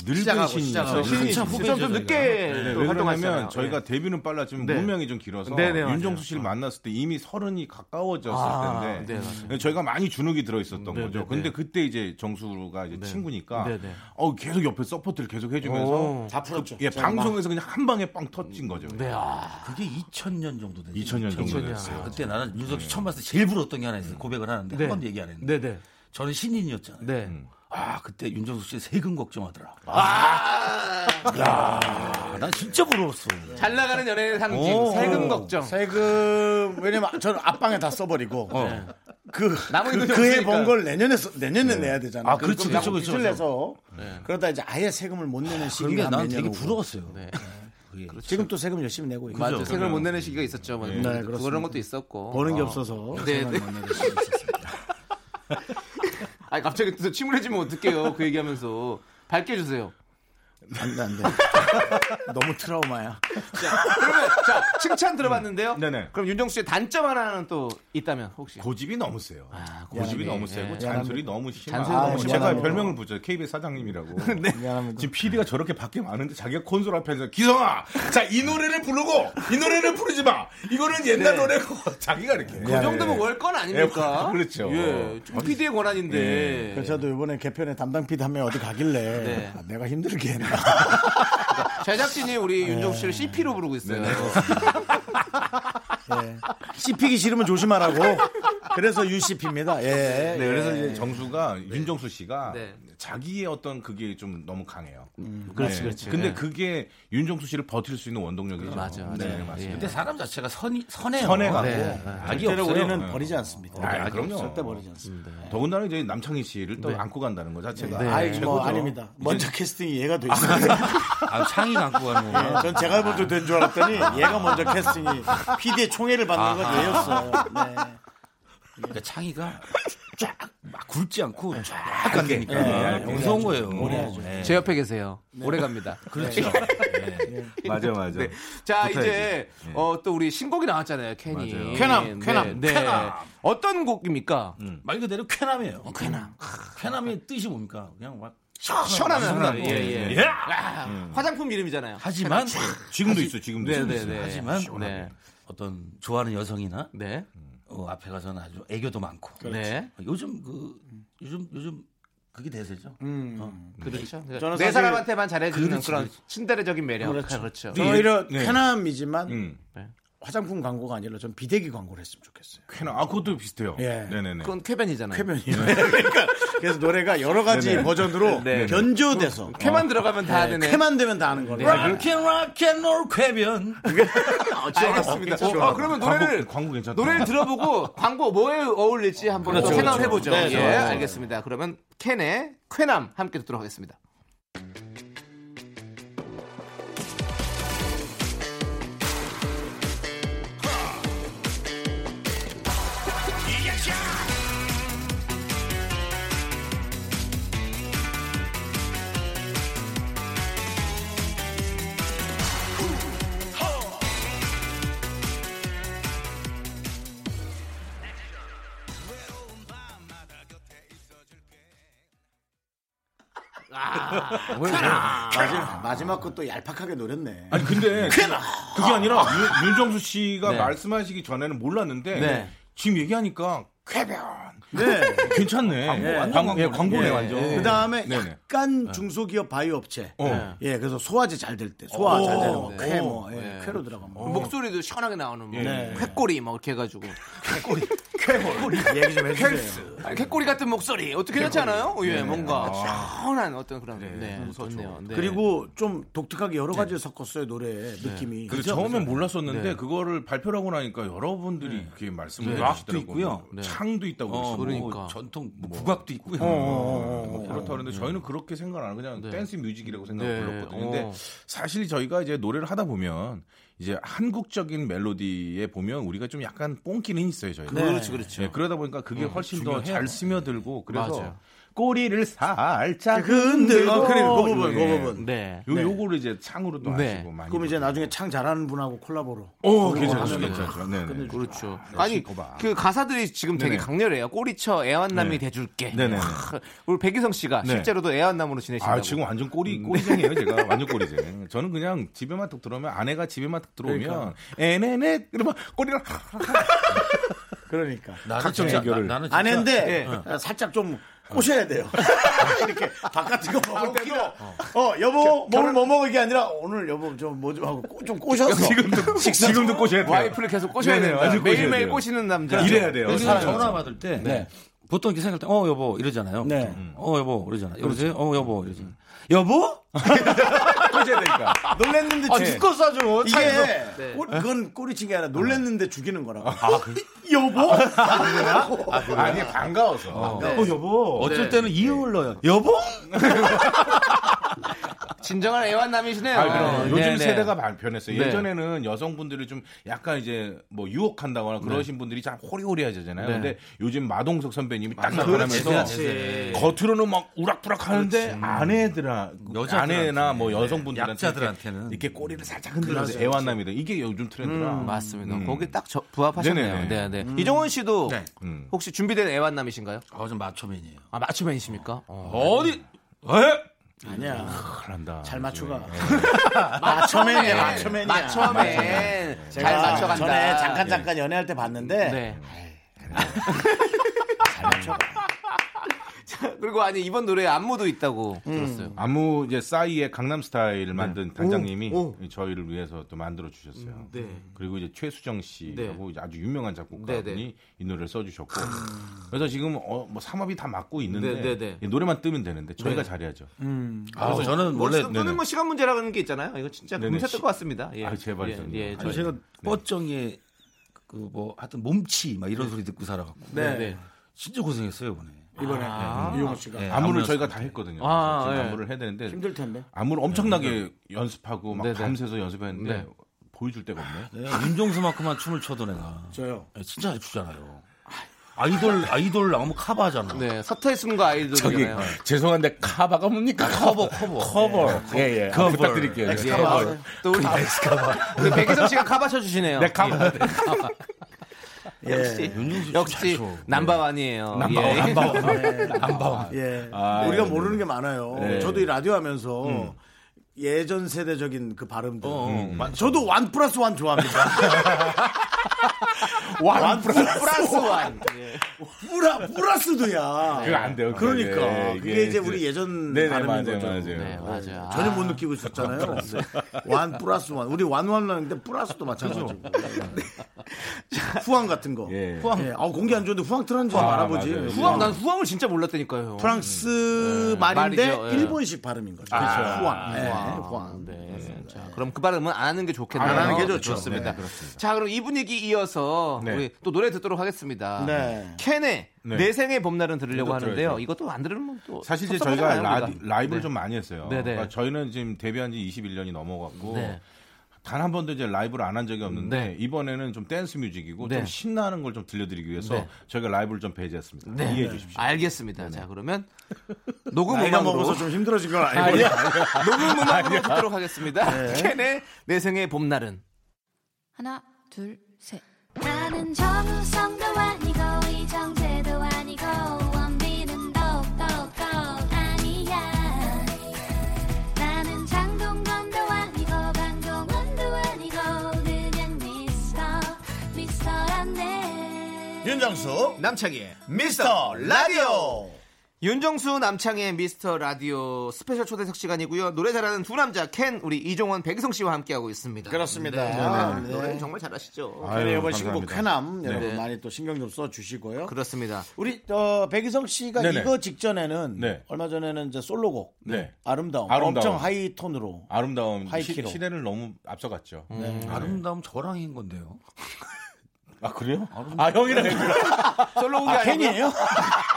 F: 늙은
A: 시작하고
F: 신이어서
A: 시작하고.
B: 신이
E: 한참
B: 좀
E: 후배죠,
B: 좀 늦게
F: 네,
B: 또
F: 왜
B: 활동하셨잖아요.
F: 그러냐면 저희가 데뷔는 빨랐지만
B: 네.
F: 문명이 좀 길어서
B: 네, 네, 맞아요.
F: 윤정수 씨를 만났을 때 이미 서른이 가까워졌을
B: 아,
F: 텐데
B: 네, 맞아요.
F: 네, 저희가 많이 주눅이 들어있었던
B: 네,
F: 거죠.
B: 네,
F: 근데
B: 네.
F: 그때 이제 정수가 이제 친구니까
B: 네, 네.
F: 어, 계속 옆에 서포트를 계속 해주면서
B: 오.
A: 다 풀었죠.
F: 예,
A: 제가 막-
F: 방송에서 그냥 한 방에 빵 터진 거죠.
B: 네, 아.
E: 그게 2000년 정도 됐어요.
F: 2000년 정도 됐어요.
E: 그때 나는 윤석 씨 처음 네. 봤을 때 제일 부러웠던 게 하나 있어요. 고백을 하는데 한 번도 얘기 안 했는데.
B: 네네.
E: 저는 신인이었잖아요.
B: 네.
E: 아 그때 윤정수 씨 세금 걱정하더라. 야, 난 아, 진짜 부러웠어.
B: 아, 잘 나가는 연예인 상징, 세금 걱정.
A: 세금 왜냐면 저는 앞방에 다 써버리고 그
B: 남은
A: 그,
B: 돈이
A: 그해
B: 없으니까.
A: 번 걸 내년에 써- 내년에 내야 되잖아.
E: 아, 그렇지, 그렇죠, 그렇죠,
A: 빚을 내서
E: 그렇죠.
A: 그러다 이제 아예 세금을 못 내는
E: 그런
A: 시기가
E: 게난
A: 몇년
E: 되게
A: 오고. 네.
E: 부러웠어요.
A: 지금 또 세금 열심히 내고 있고
B: 맞아, 세금을 못 내는 시기가 있었죠. 뭐.
A: 네,
B: 그-
A: 그렇습니다.
B: 그런 것도 있었고.
A: 버는 게
B: 어.
A: 없어서
B: 네,
A: 세금
B: 네.
A: 못 내고 있습니다.
B: 아니, 갑자기 또 침울해지면 어떡해요. 그 얘기하면서. 밝혀주세요.
A: 안돼 안돼 너무 트라우마야.
F: 네.
B: 자, 그러면, 자, 칭찬 들어봤는데요.
F: 음. 네네.
B: 그럼 윤정수 씨의 단점 하나는 또 있다면, 혹시. 아,
F: 고집이 너무 세요.
B: 네. 예.
F: 고집이
B: 미안합니다.
F: 너무 세고 잔소리 너무 심하고
B: 잔소리
A: 너무
F: 제가
A: 심하고.
F: 별명을 붙여요. KBS 사장님이라고.
A: 미안합니다.
F: 지금 PD가 저렇게 밖에 많은데 자기가 콘솔 앞에서 기성아, 자 이 노래를 부르고 이 노래를 부르지 마. 이거는 옛날
B: 네.
F: 노래고 자기가 이렇게.
B: 그 정도면 월권 아닙니까?
F: 예, 그렇죠. 예.
B: 예, 좀 PD의 권한인데.
A: 그래서 저도 이번에 개편에 담당 피디 한 명이 어디 가길래
B: 네.
A: 아, 내가 힘들게 했나.
B: 제작진이 우리
A: 네.
B: 윤정수 씨를 CP로 부르고 있어요.
F: 네,
A: 예. 씹히기 싫으면 조심하라고. 그래서 UCP입니다. 예.
F: 네, 그래서 이제 정수가 윤정수 씨가
B: 네.
F: 자기의 어떤 그게 좀 너무 강해요.
B: 그렇지, 그렇지.
F: 근데
B: 네.
F: 그게 윤정수 씨를 버틸 수 있는 원동력이죠.
B: 맞아, 맞아.
F: 네, 맞습니다.
E: 근데 사람 자체가 선이 선해요.
F: 선해갖고
E: 네. 악이
A: 절대로
E: 없어요.
A: 우리는
F: 네.
A: 버리지 않습니다.
F: 아,
A: 아,
F: 그럼요.
A: 절대 버리지 않습니다.
F: 더군다나 이제 남창희 씨를 또 안고 간다는 거 자체가
A: 아, 이
F: 네. 최고죠.
A: 뭐 아닙니다. 먼저 캐스팅이 얘가 돼 있습니다.
E: 아, 창이 갖고 가는 거.
A: 전 제가 먼저 된 줄 알았더니 얘가 먼저 캐스팅이 PD의 총애를 받는
F: 아.
A: 건 얘였어요. 네.
E: 그러니까 창이가 쫙 막 굵지 않고 쫙 간다니까.
A: 예, 예.
E: 무서운 거예요.
A: 오래하죠.
E: 네.
B: 제 옆에 계세요. 오래 갑니다.
E: 그렇죠.
F: 맞아, 맞아.
B: 네. 자, 이제,
F: 네.
B: 어, 또 우리 신곡이 나왔잖아요, 캔이.
A: 쾌남, 쾌남,
B: 네.
E: 쾌남.
B: 어떤 곡입니까?
E: 말 그대로 음. 어, 쾌남이에요. 음. 쾌남. 쾌남의 뜻이 뭡니까? 그냥 막
B: 시원하면.
E: 시원하고.
B: 예, 예.
E: 예.
B: 아, 화장품 이름이잖아요.
E: 하지만
F: 지금도 있어, 지금도
B: 네,
F: 지금도
B: 네,
F: 있어.
B: 네.
E: 하지만
B: 네.
E: 어떤 좋아하는 여성이나
B: 네.
E: 어, 앞에 가서는 아주 애교도 많고.
A: 그렇죠.
B: 네.
E: 요즘 그 요즘 요즘 그게 대세죠. 어.
B: 그렇죠.
A: 음. 네. 저는
B: 내
A: 사실-
B: 사람한테만 잘해주는
E: 그렇지,
B: 그런 친다래적인 매력.
A: 그렇죠.
B: 그렇죠.
A: 오히려 쾌남이지만
F: 네. 음.
A: 화장품 광고가 아니라 전 비대기 광고를 했으면 좋겠어요.
F: 쾌나 아 그것도 비슷해요.
A: 예.
F: 네네네.
B: 그건 쾌변이잖아요.
A: 쾌변이에요. 그러니까 그래서 노래가 여러 가지
F: 네네.
A: 버전으로
B: 네.
A: 변조돼서
B: 쾌만 들어가면 다
A: 네,
B: 되네.
A: 쾌만 되면 다 하는 거네.
E: 락앤 락앤롤 쾌변.
B: 알겠습니다.
A: 아,
B: 어, 그러면 노래를
F: 광고, 광고 괜찮다.
B: 노래를 들어보고 광고 뭐에 어울릴지 한번
A: 그렇죠,
B: 생각해 보죠.
A: 그렇죠. 네,
B: 예,
A: 좋아요.
B: 알겠습니다. 그러면 캔의 쾌남 함께 듣도록 하겠습니다.
A: 아, 마지막 것도 얄팍하게 노렸네.
F: 아니 근데 그게 아니라 윤, 윤정수 씨가 말씀하시기 전에는 몰랐는데
E: 네.
F: 지금 얘기하니까 쾌변
A: 네.
F: 괜찮네. 광고, 예, 광고네 완전.
A: 그 다음에
F: 네네.
A: 약간 중소기업 바이오 업체.
F: 어.
A: 예, 그래서 소화제 잘 될 때. 소화 잘 되는 거. 쾌 뭐. 예, 쾌로 어. 들어간 거.
B: 목소리도 시원하게 나오는 뭐
A: 네.
B: 쾌꼬리 막 이렇게 해가지고
A: 뭐, 네. 얘기 좀 해주세요.
B: 아니, 쾌꼬리 같은 목소리 어떻게 그렇지 않아요? 예,
A: 네.
B: 뭔가 시원한 어떤 그런 네, 좋네요. 네.
A: 그리고 좀 독특하게 여러 가지를 섞었어요, 노래 느낌이.
F: 그래서 처음엔 몰랐었는데 그거를 발표를 하고 나니까 여러분들이 그렇게 말씀을
E: 네.
F: 해주시더라고요.
E: 락도 있고요. 네.
F: 창도 있다고 그러시고.
E: 어, 그러니까
B: 그러니까.
E: 전통 뭐 국악도 있고요. 어,
F: 뭐 그렇다 그러는데 저희는 그렇게 생각 안 하고 그냥 댄스 뮤직이라고 생각을
E: 네.
F: 불렀거든요. 근데
E: 어.
F: 사실 저희가 이제 노래를 하다 보면 이제 한국적인 멜로디에 보면 우리가 좀 약간 뽕기는 있어요, 저희가.
A: 네.
E: 그렇지, 그렇죠. 네.
F: 예, 그러다 보니까 그게 훨씬 더 잘 스며들고 그래서
E: 맞아요.
F: 꼬리를 살짝
A: 근데,
F: 흔들고
A: 아, 그래,
E: 어,
A: 그 부분,
F: 예.
A: 그 부분.
B: 네.
F: 요 요거를 이제 창으로도
B: 네.
F: 하시고 많이.
A: 그럼 이제 나중에 창 잘하는 분하고 콜라보로.
B: 어,
F: 오, 어,
B: 아,
F: 괜찮죠, 괜찮죠. 네, 네.
B: 그렇죠. 아니
F: 거봐.
B: 그 가사들이 지금 되게
F: 네네.
B: 강렬해요. 꼬리쳐 애완남이
F: 네.
B: 돼줄게.
F: 네네.
B: 크, 우리 백이성 씨가
F: 네.
B: 실제로도 애완남으로 지내신다고.
F: 아, 지금 완전 꼬리,
B: 음.
F: 꼬리쟁이에요, 제가. 완전 꼬리쟁. 저는 그냥 집에만 딱 들어오면, 아내가 집에만 딱
B: 그러니까.
F: 들어오면, 에네네, 그러면 꼬리를.
A: 그러니까.
E: 나는
F: 각종
E: 진짜,
F: 애교를.
E: 나, 는 진짜
A: 아내인데 어, 살짝 좀 꼬셔야 돼요. 이렇게 바깥에 거 먹을 때도 어 여보 뭘 뭐 먹을 게 아니라 오늘 여보 좀 뭐 좀 하고 꼬- 좀 꼬셔서
F: 지금도, 지금도 꼬셔야 돼요.
B: 아, 와이프를 계속 꼬셔야
F: 네네,
B: 돼요.
F: 완전 꼬셔야
B: 매일매일
F: 돼요. 그렇죠.
B: 꼬시는 남자.
F: 이래야 돼요.
E: 요즘
F: 사람이.
E: 전화 받을 때 보통 이렇게 생각할 때어 여보 이러잖아요.
A: 네.
E: 음. 어 여보 이러잖아. 여보세요. 어 여보 이러잖아. 여보? 아,
F: 꼬셔야 되니까.
A: 놀랬는데 죽
B: 죽었어 좀.
A: 이게
B: 네.
A: 꼬- 그건 꼬리친 게 아니라 놀랬는데 죽이는 거라고. 여보
F: 아니, 반가워서.
B: 네.
A: 어 여보
E: 어쩔 때는 이응을 넣어요. 여보?
B: 진정한 애완남이시네요.
F: 아, 그럼. 요즘
B: 네네.
F: 세대가 많이 변했어요.
B: 네.
F: 예전에는 여성분들이 좀 약간 이제 뭐 유혹한다거나 그러신
B: 네.
F: 분들이 참 호리호리하잖아요. 근데 요즘 마동석 선배님이 딱 나타나면서 겉으로는 막 우락부락 하는데
B: 음.
F: 아내들아 아내나 뭐
B: 네.
F: 여성분들한테
E: 약자들한테는.
F: 이렇게, 이렇게 꼬리를 살짝 흔들면서 애완남이다. 이게 요즘 트렌드라.
B: 음, 맞습니다. 거기 딱 저- 부합하셨네요.
F: 음. 네네네.
B: 네, 네. 이정원 씨도
F: 음.
B: 혹시 준비된 애완남이신가요?
E: 어좀 마초맨이에요.
B: 아, 맞춤맨이십니까? 어.
E: 어디?
A: 아니야
F: 큰일 난다.
A: 잘 맞춰가 아, 맞춰맨이야 맞춰맨이야 네.
B: 맞춰맨. 네. 잘
A: 제가
B: 맞춰간다.
A: 전에 잠깐 잠깐 연애할 때 봤는데
B: 네. 자, 그리고 아니 이번 노래에 안무도 있다고
A: 음.
B: 들었어요.
F: 아무 이제 싸이의 강남 스타일 만든 단장님이 저희를 위해서 또 만들어 주셨어요. 그리고 이제 최수정 씨라고 이제 아주 유명한 작곡가분이
B: 네, 네.
F: 이 노래를 써주셨고 그래서 지금 어, 뭐 삼합이 다 맞고 있는데
B: 네, 네, 네.
F: 이 노래만 뜨면 되는데 저희가 잘해야죠.
E: 아, 저는 원래
B: 원래 뜨는 건 시간 문제라는 게 있잖아요. 이거 진짜
F: 네네.
B: 금세 뜰것 같습니다. 예.
F: 아, 제발
B: 예,
F: 좀.
B: 예,
F: 아니,
B: 저희-
E: 제가 네. 뻗정에 그 뭐 하여튼 몸치 막 이런 소리 듣고 살아갖고
B: 네. 네.
E: 진짜 고생했어요 이번에.
A: 이번에 음, 이용호 씨가
E: 네,
F: 아, 안무를
E: 안무였어요.
F: 저희가 다 했거든요.
B: 아,
F: 지금
B: 예.
F: 안무를 해야 되는데
A: 힘들 텐데
F: 안무를 엄청나게 연습하고 막
B: 네, 네.
F: 밤새서 연습했는데
B: 네.
F: 보여줄 데가 없네.
E: 윤종수만큼만 춤을 춰도 내가
A: 저요
E: 예, 진짜 잘 추잖아요. 아이돌 아이돌 나오면 커버하잖아.
B: 네, 서태의 숨과 아이돌이잖아요.
F: 죄송한데 카바가
B: 뭐-
F: 뭡니까?
E: 아, 커버 커버 커버
F: 예예.
E: 커버. 네.
F: 부탁드릴게요.
B: 예, 맞아요. 또 우리 우리 백희성 씨가 카바 쳐주시네요.
F: 네, 카바.
A: 예.
E: 윤종수
B: 역시 남바완이에요. 예.
E: 남바원.
A: 예.
F: 아, 음.
A: 우리가
F: 네,
A: 모르는 게 많아요. 저도 이 라디오 하면서 예전 세대적인 그
F: 어,
A: 발음들. 음. 저도 원 플러스 원 좋아합니다. 원, 플러스, 예.
B: 플러스 원.
A: 플라, 플러스도야.
F: 그거 안 돼요. 그거.
A: 그러니까.
F: 예,
A: 그게 이제
F: 이제-
A: 우리 예전
F: 네네
A: 발음인
F: 맞아요
A: 거죠.
F: 맞아요.
B: 네, 맞아요.
A: 전혀
B: 아,
A: 못 느끼고 있었잖아요. 네. 원 플러스 원. 우리 완원하는데 플러스도 마찬가지고. 네. 후황 같은 거.
F: 예.
A: 후황. 예. 아, 공기 안 좋은데 후황 틀었는지 좀 알아보지. 예.
F: 맞아요.
B: 후황 난 후황을 진짜 몰랐다니까요.
A: 프랑스 네. 말인데
B: 말이죠, 예.
A: 일본식 발음인 거죠. 후황. 예, 후황.
B: 네. 자, 그럼 그 발음은 안 하는 게 좋겠네요.
A: 안 하는 게 좋죠.
B: 좋습니다. 자, 그럼 이 분위기 이어서
F: 네.
B: 우리 또 노래 듣도록 하겠습니다.
A: 네.
B: 캔의
F: 네.
B: 내 생의 봄날은 들으려고
F: 이것도
B: 하는데요.
F: 들어야죠.
B: 이것도 안 들으면 또
F: 사실 이제 저희가
B: 섭섭하잖아요,
F: 라,
B: 우리가.
F: 라이브를
B: 네.
F: 좀 많이 했어요.
B: 네네.
F: 그러니까 저희는 지금 데뷔한 지 21년이 넘어갔고
B: 네.
F: 단 한 번도 이제 라이브를 안 한 적이 없는데
B: 네.
F: 이번에는 좀 댄스 뮤직이고
B: 네.
F: 좀 신나는 걸 좀 들려드리기 위해서
B: 네.
F: 저희가 라이브를 좀 배제했습니다. 이해해 주십시오. 네.
B: 알겠습니다. 자, 그러면
A: 나이가
B: 녹음음악으로
A: 아, 먹어서 좀 힘들어진 건 아니고. 요
B: 녹음음악으로 듣도록 하겠습니다. 캔의 내 생의 봄날은
G: 하나, 둘, 셋.
C: 나는 정우성도 아니고 이정재도 아니고 원빈은 더욱더 아니야
H: 윤정수
B: 남창희의
H: 미스터 라디오
B: 윤정수 남창의 미스터 라디오 스페셜 초대석 시간이고요. 노래 잘하는 두 남자 켄 우리 이종원 백성 씨와 함께하고 있습니다.
A: 그렇습니다.
B: 네. 노래는 정말 잘하시죠.
A: 그래 이번 뭐 신곡
F: 감사합니다.
A: 쾌남
B: 네.
A: 여러분 많이 또 신경 좀 써 주시고요.
B: 그렇습니다.
A: 우리 어, 백희성 씨가
F: 네네.
A: 이거 직전에는
F: 네.
A: 얼마 전에는 이제 솔로곡
F: 네.
A: 아름다움,
F: 아름다움.
A: 엄청 하이 톤으로
F: 아름다움
A: 하이
F: 시,
A: 키로.
F: 시대를 너무 앞서갔죠. 네.
E: 아름다움 저랑인 건데요.
F: 아 그래요? 아 형이랑 했구나.
B: 솔로곡이
A: 아,
B: 아, 닌
A: 팬이에요?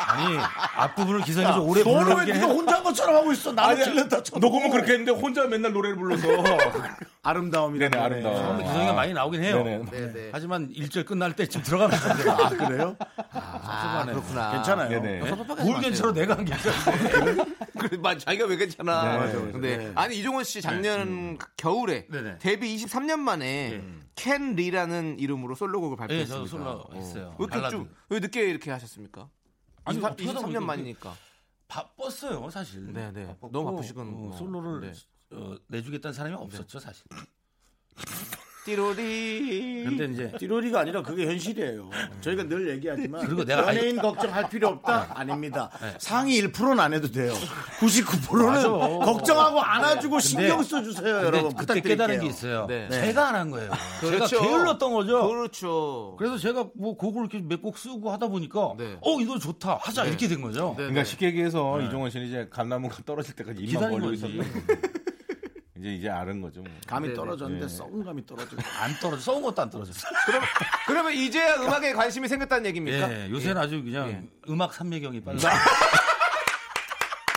E: 아니 앞부분을 기선에서 오래
A: 솔로에
E: 부르게
A: 네가 혼자 한 것처럼 하고 있어. 나는 질렀다. 쳐도.
F: 녹음은 그렇게 했는데 혼자 맨날 노래를 불러서
A: 아름다움이네.
F: 네네 아름다움.
E: 기성이가 많이 나오긴 해요.
F: 네네.
B: 네네.
E: 하지만 일절 끝날 때쯤 들어가면 안 돼요.
A: 아 그래요?
B: 아, 그렇구나.
A: 괜찮아요.
F: 네네.
E: 뭘 괜찮아 내가 한 게.
B: 그래, 마- 자기가 왜 괜찮아.
F: 네. 맞아, 맞아.
B: 네. 아니, 이종원 씨 작년 겨울에
E: 네네.
B: 데뷔 23년 만에 켄 리라는 이름으로 솔로곡을
E: 예,
B: 발표했습니다.
E: 저도 솔로 했어요.
B: 왜 이렇게 좀, 왜 늦게 이렇게 하셨습니까?
E: 아니,
B: 23,
E: 어떻게 하다
B: 23년
E: 보니까
B: 만이니까.
E: 바빴어요 사실.
B: 네, 네.
E: 바빴고,
B: 너무 바쁘시건 뭐.
E: 어, 솔로를
B: 네.
E: 어, 내주겠다는 사람이 없었죠 사실.
B: 띠로리.
E: 근데 이제
A: 띠로리가 아니라 그게 현실이에요. 저희가 늘 얘기하지만
E: 그리고 내가 네.
A: 연예인 걱정할 필요 없다 아닙니다. 상위 1%는 안 해도 돼요. 99%는
E: 맞아.
A: 걱정하고 안아주고 신경
E: 근데-
A: 써주세요,
E: 근데
A: 여러분.
E: 그때
A: 부탁드릴게요.
E: 깨달은 게 있어요.
B: 네.
E: 제가 안 한 거예요.
B: 그렇죠.
E: 제가 게을렀던 거죠.
B: 그렇죠.
E: 그래서 제가 뭐 곡을 이렇게 몇 곡 쓰고 하다 보니까
B: 네.
E: 어이 노래 좋다 하자 이렇게 된 거죠.
B: 네, 네.
F: 그러니까 쉽게 얘기해서 이종원 씨는 이제 감나무가 떨어질 때까지 입만
E: 기다린
F: 벌리고
E: 거지.
F: 있었는데 이제 이제 아는 거죠. 뭐.
A: 감이
B: 네네.
A: 떨어졌는데 썩은 감이 떨어지고
E: 안 떨어져 써온 것도 안 떨어졌어.
B: 그럼, 그러면 이제야 음악에 관심이 생겼다는 얘기입니까?
E: 예, 요새는 아주 그냥 음악 삼매경이 빨라.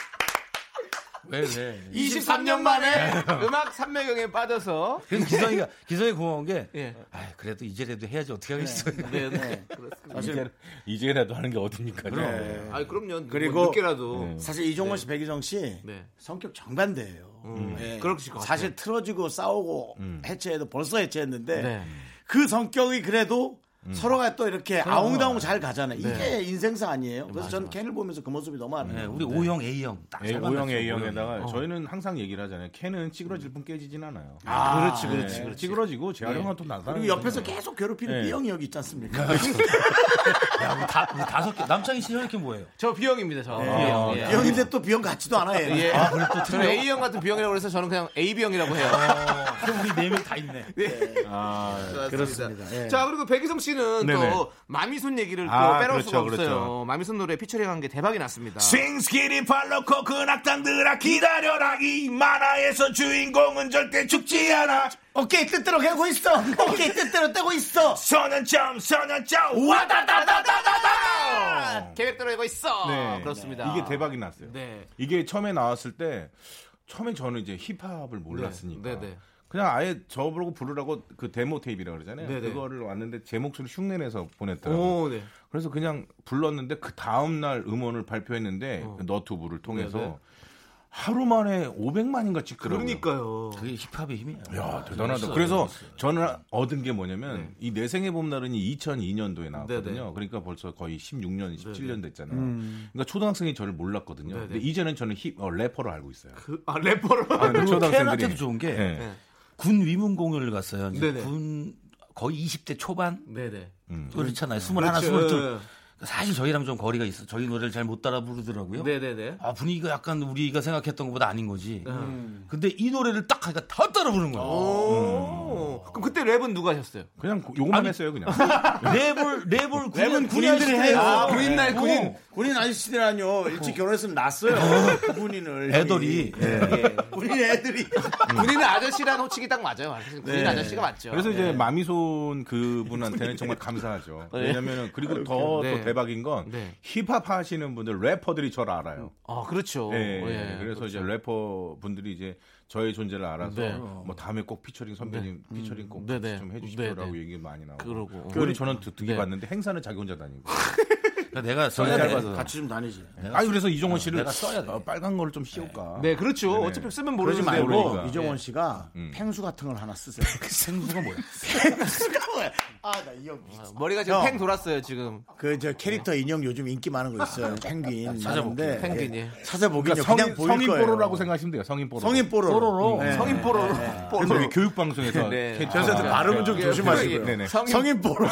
E: 왜 왜?
B: 23년 만에 네. 음악 삼매경에 빠져서
E: 그래서 기성이가 기성이 고마운 게
B: 예.
E: 아, 그래도 이제라도 해야지 어떻게 하겠어.
B: 네, 네. 그렇습니다.
F: 이제, 이제라도 하는 게 어딥니까? 네.
B: 아, 그럼요.
A: 그리고-
B: 그리고 늦게라도
A: 사실 이종원 씨, 백희정 씨
B: 어. 네. 음.
A: 성격 정반대예요. 예.
B: 그러실 것 같아요. 음.
A: 사실 틀어지고 싸우고 해체해도 벌써 해체했는데
B: 네. 음.
A: 그 성격이 그래도 서로가 또 이렇게 아웅다웅 잘 가잖아요.
B: 네.
A: 이게 인생사 아니에요. 그래서 저는 캔을 보면서 그 모습이 너무
E: 네,
A: 아름다워요.
E: 우리 O형 A형 딱
F: 네, A,
E: 잘
F: O형
E: 만났어요,
F: A형에다가 저희는 항상 얘기를 하잖아요. 캔은 찌그러질 뿐 깨지진 않아요.
A: 그렇지,
F: 네, 찌그러지고 재활용은 또 나가는
A: 그리고 옆에서 계속 괴롭히는
F: 네.
A: B형이 여기 있지 않습니까?
E: 야, 우리 다, 우리 다섯 개 남창희 씨는 이렇게 뭐예요?
B: 저 B형입니다, 저. B형. 예.
A: 아, B형인데 또 B형 같지도 않아요.
B: 예.
E: 그래, 또
B: 저는 A형 같은 B형이라고 그래서 저는 그냥 AB형이라고 해요.
E: 그럼 우리 네 명 다 있네.
B: 그렇습니다. 자 그리고 백희성 씨는
F: 예. 네네.
B: 또 마미손 얘기를 또
F: 아,
B: 빼놓을
F: 그렇죠,
B: 수가 없어요.
F: 그렇죠.
B: 마미손 노래 피처링한 게 대박이 났습니다.
F: 윙스키리 팔로 코큰 악당들아 기다려라 이 만화에서 주인공은 절대 죽지 않아
A: 오케이, 뜻대로 하고 있어. 오케이, 뜻대로 떼고 있어.
F: 소년점 소년점 와다다다다다다
B: 아! 계획대로 하고 있어.
F: 아! 네.
B: 아, 그렇습니다.
F: 이게 대박이 났어요.
B: 네.
F: 이게 처음에 나왔을 때 처음에 저는 이제 힙합을 몰랐으니까
B: 네, 네.
F: 그냥 아예 저보고 부르라고 그 데모 테이프라 그러잖아요.
B: 네, 네.
F: 그거를 왔는데 제 목소리 흉내내서 보냈더라고요.
E: 어,
B: 오, 네.
F: 그래서 그냥 불렀는데 그 다음 날 음원을 발표했는데 그 너튜브를 통해서
B: 어. 네, 네.
F: 하루 만에 500만인가 찍더라고요.
B: 그러니까요.
E: 그게 힙합의 힘이에요. 아,
F: 야 대단하다. 그래서 저는 얻은 게 뭐냐면 이 내생의 봄날은이 2002년도에
B: 네.
F: 나왔거든요.
B: 네네. 음.
F: 그러니까 벌써 거의 16년, 17년 됐잖아요. 그러니까 초등학생이 저를 몰랐거든요. 근데 이제는 저는 힙 어, 래퍼로 알고 있어요.
B: 그- 아 래퍼로.
F: 아, 근데
E: 캔한테도 좋은 게
F: 예.
B: 네.
E: 군 위문 공연을 갔어요. 이제
B: 네네.
E: 군 거의 20대 초반
B: 네네.
F: 음.
E: 그렇잖아요.
A: 뭐
E: 21,
B: 그렇죠.
F: 예,
E: 22. 사실 저희랑 좀 거리가 있어. 저희 노래를 잘 못 따라 부르더라고요.
B: 네네네.
E: 아 분위기가 약간 우리가 생각했던 것보다 아닌 거지.
F: 음.
E: 근데 이 노래를 딱 하니까 다 따라 부르는 거야.
F: 어.
B: 오. 그럼 그때 랩은 누가 하셨어요?
F: 그냥 고- 요것만 했어요, 그냥.
E: 랩을
A: 랩은
E: 랩을 군인
A: 군인들이
E: 시대에
A: 해요.
B: 아,
A: 아,
B: 군인 날
E: 어.
B: 군인.
A: 군인 아저씨들아니요 일찍 결혼했으면 났어요. 군인을.
E: 애들이.
A: 예. 군인 애들이.
B: 군인은 아저씨라는 호칭이 딱 맞아요. 사실 군인 아저씨가 예. 맞죠.
F: 네. 그래서 이제 마미손 그분한테는 정말 감사하죠. 왜냐면은 그리고 더 또
B: 네.
F: 대박인 건
B: 네.
F: 힙합 하시는 분들 래퍼들이 저를 알아요.
B: 아 그렇죠.
F: 예,
B: 예.
F: 그래서 이제 래퍼 분들이 이제 저의 존재를 알아서
B: 네.
F: 뭐 다음에 꼭 피처링 선배님 피처링 꼭
B: 네, 네.
F: 좀 해주십시오라고
B: 네,
F: 얘기 많이 나오고.
B: 그러고.
F: 그걸 저는 듣기
B: 네.
F: 봤는데 행사는 자기 혼자 다니고. 네.
E: 그러니까 내가 써야
A: 써야
E: 돼.
A: 돼. 네. 같이 좀 다니지.
F: 아니 그래서 이종원 씨를
E: 내가 써야 돼.
F: 어, 빨간 거를 좀 씌울까.
B: 네, 그렇죠.
F: 네네.
B: 어차피 쓰면
A: 그러지
B: 모르는데
E: 뭐
B: 뭐.
A: 말고
F: 그러니까.
A: 어, 이정원 씨가 팽수 같은 걸 하나 쓰세요.
E: 생수가 뭐야?
A: 아나 이 형.
B: 머리가 지금
A: 형.
B: 팽 돌았어요 지금.
A: 그 저 캐릭터 인형 요즘 인기 많은 거 있어요. 펭귄.
E: 찾아볼게요.
A: 많은데,
B: 펭귄이.
A: 예, 찾아보기는
F: 그러니까
A: 그냥
F: 성인,
A: 보일
F: 성인
A: 거예요.
F: 뽀로라고 생각하시면 돼요. 성인 뽀로.
A: 성인 뽀로로.
E: 뽀로로.
A: 네.
B: 성인 뽀로로.
F: 그래서
B: 뽀로로.
F: 여기 교육 방송에서
B: 네.
A: 저한테 발음은 좀 조심하시고요.
F: 네네.
B: 성인,
A: 성인 뽀로로.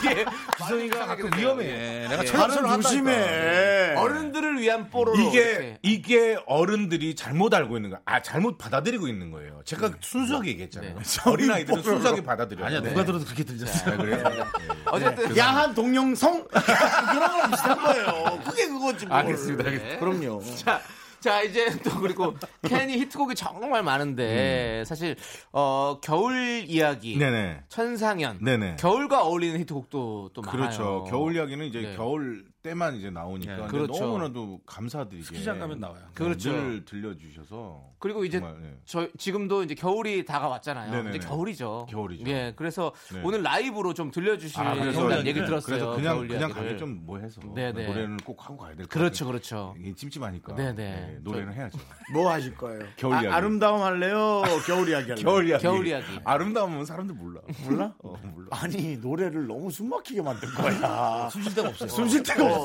B: 이게 기성이가 가끔
F: 위험해. 내가
A: 발음 조심해.
B: 어른들을 위한 뽀로로.
F: 이게
B: 이렇게.
F: 이게 어른들이 잘못 알고 있는 거야. 아 잘못 받아들이고 있는 거예요. 제가 순수하게 얘기했잖아요. 어린 아이들은 순수하게 받아들여.
E: 아니야 누가 들어도 그렇게 네. 들렸어.
F: 아, 그래요?
B: 어쨌든
A: 야한 동영성 그런 거 비슷한 거예요. 그게 그거지 뭐.
F: 알겠습니다.
B: 네.
A: 그럼요.
B: 자, 자 이제 또 그리고 캔이 히트곡이 정말 많은데 사실 어 겨울 이야기,
F: 음. 네네.
B: 천상연,
F: 네네.
B: 겨울과 어울리는 히트곡도 또 많아요.
F: 그렇죠. 겨울 이야기는 이제
B: 네.
F: 겨울 때만 이제 나오니까
E: 네,
F: 근데
B: 그렇죠.
F: 너무나도 감사드리게
E: 시장 가면 나와요.
B: 그렇죠.
F: 늘 들려주셔서
B: 그리고 이제
F: 정말, 네.
B: 저 지금도 이제 겨울이 다가왔잖아요.
F: 네네네.
B: 이제 겨울이죠.
F: 겨울이죠.
B: 예, 그래서
F: 네.
B: 오늘 라이브로 좀 들려주시는
F: 아, 그냥-
B: 예, 얘기 들었어요.
F: 그래서 그냥
B: 겨울
F: 그냥
B: 이야기를.
F: 가게 좀 뭐 해서
B: 네네.
F: 노래는 꼭 하고 가야 될것
B: 그렇죠,
F: 같아요.
B: 그렇죠.
F: 이게 찜찜하니까.
B: 네네.
F: 네, 노래는 해야죠.
A: 뭐 하실 거예요?
F: 겨울
A: 아,
F: 이야기.
A: 아름다움 할래요? 겨울 이야기 할래요?
F: 겨울 이야기.
B: 겨울 이야기.
F: 아름다움은 사람들 몰라.
A: 몰라?
F: 어, 몰라.
A: 아니 노래를 너무 숨막히게 만든 거야.
E: 숨쉴 데가 없어요.
A: 숨 쉴 데가 없어.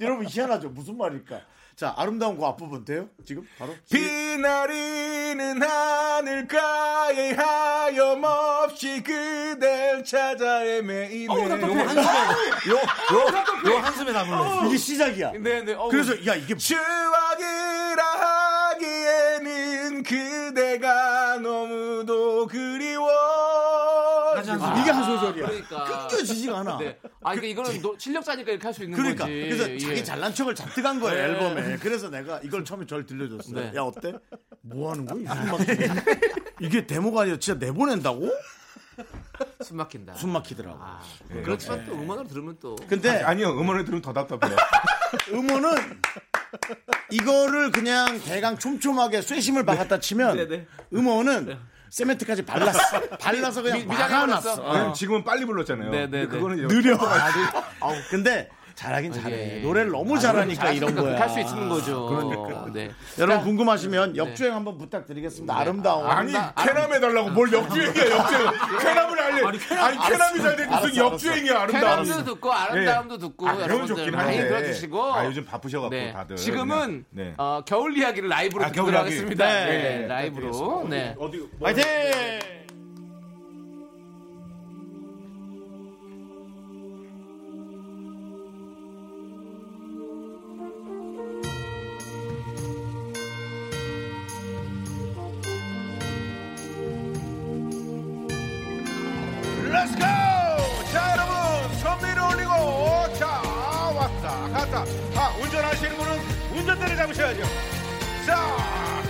A: 여러분 희한하죠. 무슨 말일까? 자 아름다운 거 앞부분 돼요? 지금 바로
F: 비 내리는 하늘가에 하염없이 그댈 찾아 헤매이네.
E: 요 한숨에 담을래.
A: 이게 시작이야.
B: 네, 네. 어,
E: 뭐
A: 그래서 야 이게
F: 추억이라 하기에는 그대가 너무도 그리워.
B: 아,
A: 이게 한 소절이야.
B: 그러니까.
A: 끊겨지지가 않아.
B: 네. 아, 그러니까 이거는 노- 실력자니까 이렇게 할 수 있는
A: 그러니까
B: 거지.
A: 그래서
B: 예.
A: 자기 잘난 척을 잔뜩 한 거예요
B: 네.
A: 앨범에. 그래서 내가 이걸 처음에 절 들려줬어요.
B: 네.
A: 야 어때? 뭐 하는 거야? 숨 막히네. 이게 데모가 아니라 진짜 내보낸다고?
B: 숨 막힌다.
A: 숨 막히더라고. 네.
B: 아, 그렇지만 또 음원으로 들으면 또
A: 근데
F: 아니요, 음원을 들으면 더 답답해요.
A: 음원은 이거를 그냥 대강 촘촘하게 쇠심을 박았다 치면
B: 네.
A: 음원은 세멘트까지 발랐어. 발라서 그냥
B: 미- 미장에
A: 막아놨어.
B: 발랐어?
A: 어.
F: 왜냐면 지금은 빨리 불렀잖아요.
B: 네, 네,
F: 근데 그거는 이제
A: 느려. 아우, 근데 잘하긴 잘해.
B: 예.
A: 노래를 너무 어, 아, 잘하니까 그러니까 이런 거야. 네.
B: 할 수 있는
F: 아,
B: 거죠. 그러니까. 네.
A: 여러분 궁금하시면 역주행 한번 부탁드리겠습니다. 아름다운.
F: 아니 캐남 해달라고
B: 아,
F: 뭘 역주행이야 역주행 캐남을 알려 아니 캐남이 잘 돼 무슨 역주행이야 아름다움
B: 캐남도 듣고 아름다움도 듣고
F: 예, 아, 그건
B: 여러분들
F: 좋긴
B: 많이
F: 한데.
B: 들어주시고 네.
F: 아, 요즘 바쁘셔갖고 다들.
B: 지금은
F: 그냥. 네.
B: 어, 겨울 이야기를 라이브로
F: 아,
B: 듣도록
F: 겨울 이야기.
B: 하겠습니다.
F: 네, 어.
B: 네,
F: 네, 네.
B: 라이브로. 네.
A: 화이팅!
F: 렛츠고! 자 여러분 선미를 올리고 자 왔다 갔다 아 운전하시는 분은 운전대를 잡으셔야죠 자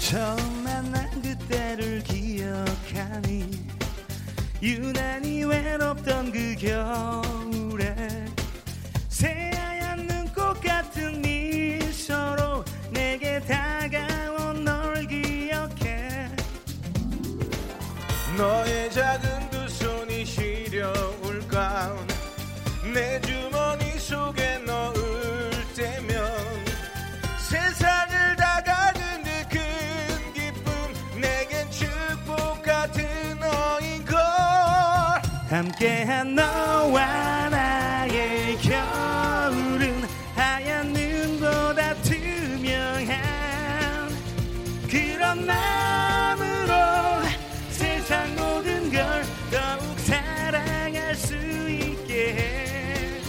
D: 처음 만난 그때를 기억하니 유난히 외롭던 그 겨울에 새하얀 눈꽃 같은 미소로 내게 다가온 널 기억해
F: 너의 작은 두 손이 시려울까 내 주머니 속에 넣을 때면 세상을 다 가는 듯 큰 기쁨 내겐 축복 같은 너인걸
D: 함께한 너와 나의 겨울은 하얀 눈보다 투명한 그런 마음으로 세상 모든 걸 더욱 사랑할 수 있게 해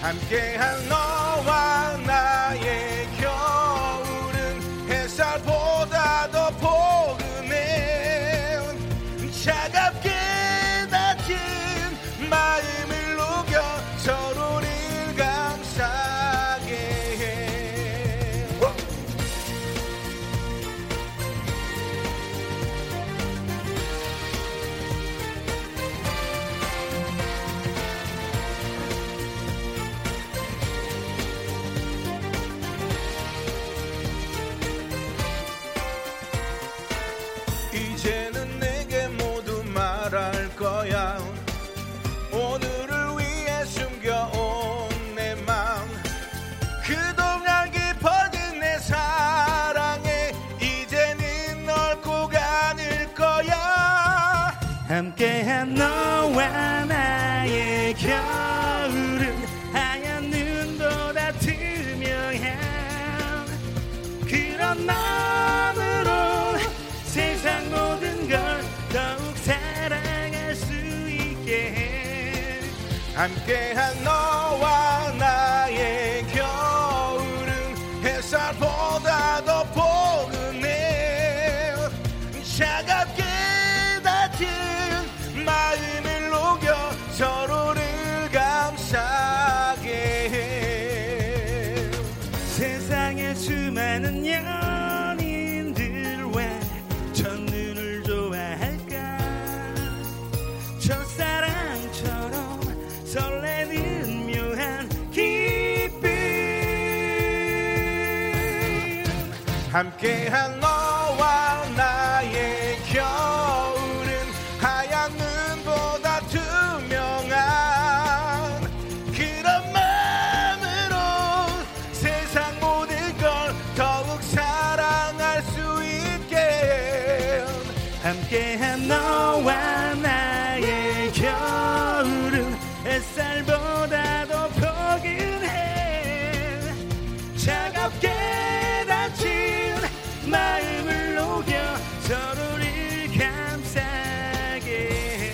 F: 함께한 너와 나의 겨울은 햇살보다 더 포근해 차갑게 닫힌 마음을 녹여 서로를 감싸게 해
D: 함께한 너와 나의 겨울은 하얀 눈보다 투명한 그런 마음으로 세상 모든 걸 더욱 사랑할 수 있게 해
B: 함께한 너와 나의 겨울은 햇살보다 더 포근해 차갑게 닫힌 마음을 녹여 서로를 감싸게 해
D: 세상의 수많은 연인들 왜 첫눈을 좋아할까 첫사랑처럼 설레는 묘한 기쁨
B: 함께한 너와 나의 겨울은 하얀 눈보다 투명한 그런 마음으로 세상 모든 걸 더욱 사랑할 수 있게
D: 함께한 너와 나의 겨울은 햇살보다 더 포근해 차갑게 닫힌 마음을 녹여 서로를 감싸게 해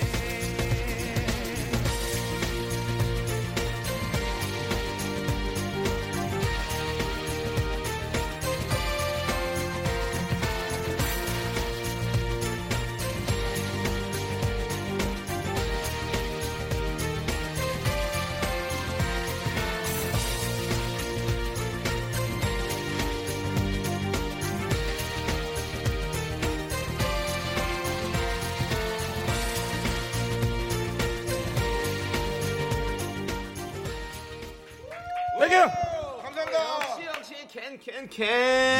B: 감사합니다 역시 캔캔캔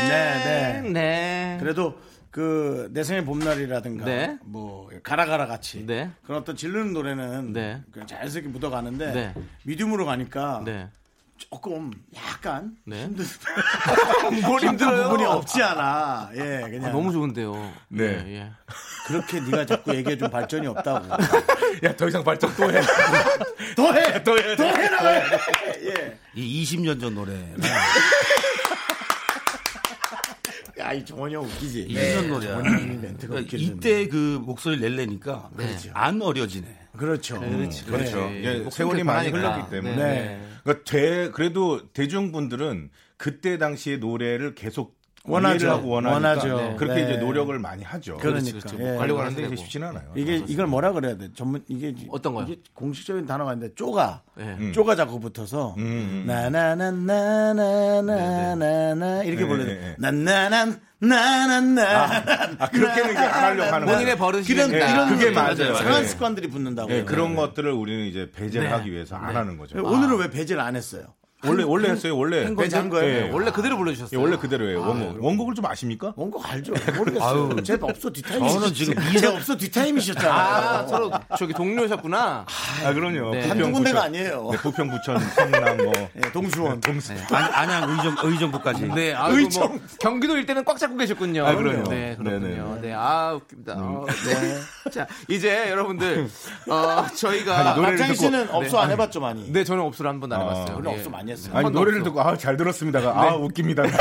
A: 네, 네.
B: 네.
A: 그래도 그 내 생일 봄날이라든가
B: 네.
A: 뭐 가라가라 같이
B: 네.
A: 그런 어떤 질르는 노래는
B: 네.
A: 그냥 자연스럽게 묻어가는데
B: 네.
A: 미디움으로 가니까
B: 네.
A: 조금 약간
B: 네.
A: 힘든
B: 뭘
A: 힘든
B: 힘들어요?
A: 부분이 없지 않아. 예, 그냥
B: 아, 너무 좋은데요.
F: 네.
B: 예, 예.
A: 그렇게 네가 자꾸 얘기해 좀 발전이 없다고. 예,
F: 야, 더 이상 발전 또 해.
A: 더해,
F: 더해,
A: 더해라. 예.
E: 이 20년 전 노래.
A: 야, 이 정원이 형 웃기지.
E: 20년 노래야.
A: 네. 정원이 멘트가
E: 그러니까
A: 웃기는.
E: 이때 그 목소리 낼래니까 안 어려지네.
A: 그렇죠. 그렇죠.
F: 그렇죠.
B: 네.
F: 예,
B: 뭐
F: 세월이
B: 그렇게
F: 많이
B: 많으니까.
F: 흘렀기 때문에.
A: 네.
F: 그러니까 대, 그래도 대중분들은 그때 당시의 노래를 계속
A: 원하죠.
F: 이해를 하고 원하니까
A: 원하죠.
F: 네. 그렇게
A: 네.
F: 이제 노력을 많이 하죠.
A: 그러니까.
B: 그렇죠.
A: 예.
F: 관리가
B: 관리가
F: 하는데
B: 되고.
F: 이게 쉽지는 않아요.
A: 이게 이걸 뭐라 그래야 돼? 전문 이게
B: 어떤 거요?
A: 이게 공식적인 단어가 있는데 쪼가 음.
B: 네.
A: 쪼가 자꾸 붙어서
F: 예. 음, 음.
A: 나나나나나나나나 이렇게
F: 네,
A: 불러야
F: 네,
A: 돼.
F: 네.
A: 나나난 나나나
F: 아, 그렇게는 이제 안 하려고 하는 거예요.
B: 본인의 버릇이
A: 그런
F: 네,
A: 이런
F: 그게
A: 이런
F: 맞아요.
A: 상한
F: 네.
A: 습관들이 붙는다고. 예,
F: 예, 그런 아. 것들을 우리는 이제 배제를 하기 위해서 안 하는 거죠.
A: 네,
F: 아,
A: 오늘은 왜 배제를 안 했어요?
F: 원래 원래 했어요. 원래
A: 배제 한 거예요?
F: 예.
B: 원래 그대로
F: 예,
B: 불러주셨어요.
F: 원래 그대로예요. 원곡. 원곡을 좀 아십니까?
A: 뭔거 알죠? 모르겠어요. 제 없어 뒷타임이
E: 저는 지금
A: 제 없어 뒷타임이셨잖아요.
B: 아, 서로 저기 동료셨구나.
F: 아, 그럼요.
B: 네.
F: 부평,
A: 한두 군데가
F: 부천.
A: 아니에요.
F: 네, 부평 부천 성남 뭐
A: 예, 동수원.
F: 동수.
E: 안, 안양 의정, 의정부까지.
B: 네, 아, 뭐 경기도 일대는 꽉 잡고 계셨군요.
F: 아, 그럼요.
B: 네, 그렇군요.
F: 네네. 음.
B: 네, 아, 웃깁니다. 어, 네. 자, 이제 여러분들, 어, 저희가.
F: 아니, 네. 노래를 아.
A: 박창희
F: 듣고-
A: 씨는 없어 안 해봤죠 많이.
B: 네, 저는 업소를 한번 다녀봤어요.
A: 원래
B: 예.
A: 없어 많이 했어요.
F: 아니
B: 번도
F: 노래를
B: 없어.
F: 듣고 아 잘 들었습니다가 아 웃깁니다.
B: 아니,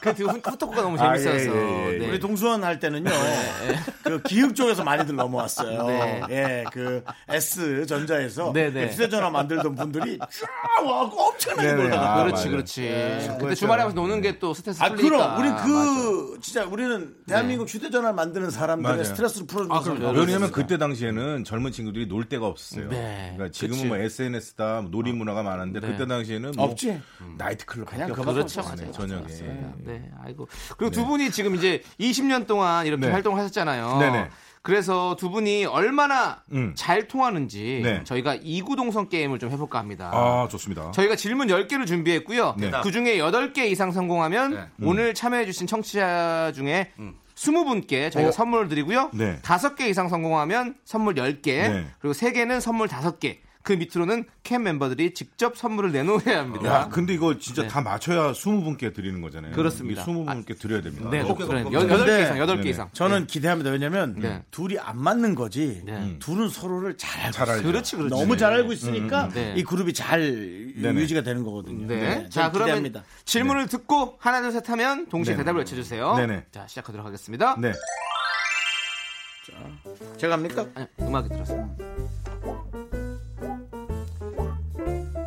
B: 그 뒤에 후- 후토크가 너무
F: 아,
B: 재밌어서.
F: 예, 예, 예.
B: 네.
A: 우리 동수원 할 때는요, 그 기흥 쪽에서 많이들 넘어왔어요.
B: 네.
A: 예, 그 S 전자에서
B: 네, 네.
A: 휴대전화 만들던 분들이 쫙 와갖고 엄청나게
F: 네, 네.
A: 놀라.
F: 아,
B: 그렇지,
F: 맞아요. 예.
B: 그렇지. 근데 주말에 와서 노는 게 또 스트레스
A: 아,
B: 풀리니까.
A: 그럼 우리 그 진짜 우리는 대한민국 휴대전화를 만드는 사람들의
F: 맞아요.
A: 스트레스를
B: 아, 그럼요.
A: 풀어주는
F: 왜냐면 그때 당시에는 젊은 친구들이 놀 데가 없었어요.
B: 네.
F: 그러니까 지금은
B: 그치.
F: 뭐 SNS다 놀이 문화가 많은데 그때 당시에는 뭐
A: 없지.
F: 나이트클럽 그냥
B: 그렇죠.
F: 네,
B: 맞아요.
F: 저녁에.
B: 맞습니다. 네, 아이고. 그리고 두 분이 지금 이제 20년 동안 이렇게
F: 네.
B: 활동을 하셨잖아요.
F: 네네.
B: 그래서 두 분이 얼마나
F: 음.
B: 잘 통하는지
F: 네.
B: 저희가 이구동성 게임을 좀 해볼까 합니다.
F: 아 좋습니다.
B: 저희가 질문 10개를 준비했고요.
F: 네. 음.
B: 그 중에 8개 이상 성공하면 오늘 참여해주신 청취자 중에 20분께 저희가 선물을 드리고요.
F: 어. 네.
B: 5개 이상 성공하면 선물 10개,
F: 네.
B: 그리고 3개는 선물 5개, 그 밑으로는 캠 멤버들이 직접 선물을 내놓아야
F: 야,
B: 합니다.
F: 근데 이거 진짜
B: 네.
F: 다 맞춰야 20분께 드리는 거잖아요.
B: 그렇습니다.
F: 20분께 드려야 됩니다.
B: 네, 꼭 그래.
F: 네.
B: 8개 이상,
A: 근데-
B: 8개
F: 네네.
B: 이상.
A: 저는 기대합니다. 왜냐면
B: 네.
A: 둘이 안 맞는 거지. 음.
B: 네.
A: 둘은 서로를 잘 알고
F: 잘
A: 있어요.
F: 알죠.
B: 그렇지, 그렇지.
A: 너무 잘 알고 있으니까
B: 네.
A: 이 그룹이 잘
F: 네네.
A: 유지가 되는 거거든요.
B: 네. 자,
A: 자,
B: 그러면
A: 기대합니다. 네.
B: 질문을 듣고 하나, 둘, 셋 하면 동시에
F: 네네.
B: 대답을 외쳐주세요.
F: 네네.
B: 자, 시작하도록 하겠습니다.
F: 네.
A: 제가 합니까?
B: 아니, 음악이 들었어요.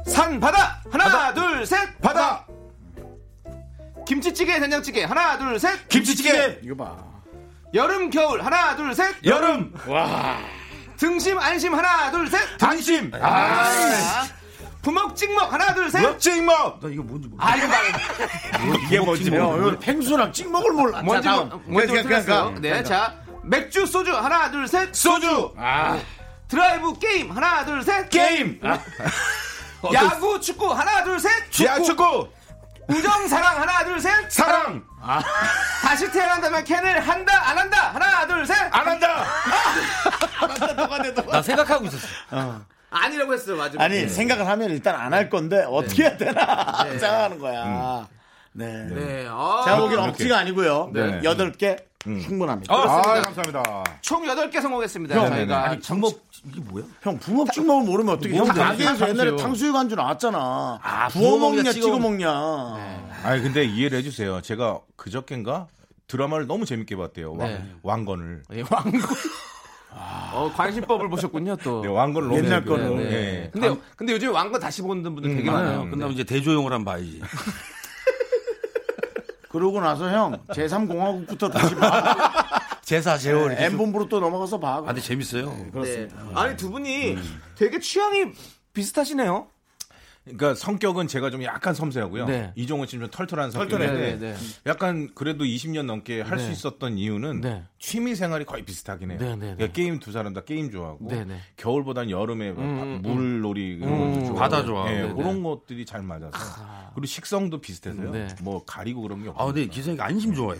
B: 산, 바다! 하나, 둘, 셋!
F: 바다!
B: 김치찌개, 된장찌개. 하나, 둘, 셋!
F: 김치찌개!
A: 이거 봐.
B: 여름, 겨울. 하나, 둘, 셋!
F: 여름!
B: 등심, 안심. 하나, 둘, 셋!
F: 당심!
B: 아, 부먹, 찍먹. 하나, 둘, 셋!
F: 멋쟁이먹! 뭐
B: 아, 이거 말해.
F: 이게 뭔지 뭐, 모르겠네.
A: 팽수랑 찍먹을 몰라.
B: 뭔지,
A: 어, 자,
B: 모-
A: 다음.
B: 뭔지
A: 그러니까,
B: 모르겠어요.
A: 그러니까.
B: 네, 자. 맥주, 소주. 하나, 둘, 셋! 네.
F: 소주!
B: 드라이브 게임 하나 둘 셋
F: 게임!
B: 야구 축구 하나 둘 셋
F: 야, 축구!
B: 우정 사랑 하나 둘 셋
F: 사랑!
B: 다시 태어난다면 캔을 한다 안 한다 하나 둘셋
F: 안 한다!
E: 나 생각하고 있었어.
B: 아니라고 했어요 맞아
A: 아니 생각을 하면 일단 안 할 건데 어떻게 해야 되나 생각하는 거야. 네. 제가 보기엔
F: 이렇게.
A: 억지가 아니고요.
F: 네.
A: 여덟 개 충분합니다.
F: 아, 감사합니다.
B: 총 8개 성공했습니다
F: 형,
B: 저희가
E: 아니, 장목 이게 뭐야?
A: 형 붕어 찍먹을 모르면 어떻게? 형
E: 뭔데?
A: 가게에서 옛날에
E: 탕수육.
A: 탕수육 한줄 나왔잖아. 부어
E: 부어 먹냐,
A: 먹냐
E: 찍어
A: 찍어 먹냐.
F: 아니 근데 이해를 해주세요. 제가 그저께인가 드라마를 너무 재밌게 봤대요. 왕,
B: 네.
F: 왕건을.
B: 왕 어, 관심법을 보셨군요 또
F: 네, 왕건을 너무
A: 옛날
F: 재밌게
A: 거를.
F: 봤어요.
B: 네.
F: 예.
B: 근데, 근데 요즘 왕건 다시 보는 분들 되게 많아요
E: 그다음 이제 대조용을 한번 봐야지.
A: 그러고 나서 형 제3공화국부터 다시 봐.
E: 제사 제월. 이렇게 좀-
A: 엠본부로 또 넘어가서 봐.
E: 아, 근데 재밌어요.
B: 그렇습니다 아니 두 분이 되게 취향이 비슷하시네요
F: 그러니까 성격은 제가 좀 약간 섬세하고요.
B: 네.
F: 이종훈 씨는 좀 털털한
B: 네, 네,
F: 성격인데
B: 네.
F: 약간 그래도 20년 넘게 할 수 있었던 이유는
B: 네.
F: 취미 생활이 거의 비슷하긴 해요.
B: 네, 네, 네.
F: 그러니까 게임 두 사람 다 게임 좋아하고
B: 네, 네.
F: 겨울보단 여름에 바- 물놀이 이런 것도 좋아하고.
E: 바다 좋아하고.
F: 예,
E: 네, 네.
F: 그런 것들이 잘 맞아서 그리고 식성도 비슷해서요.
B: 네.
F: 뭐 가리고 그런 게 음.
E: 아
F: 없어요.
E: 근데 기성이가 안심 좋아해?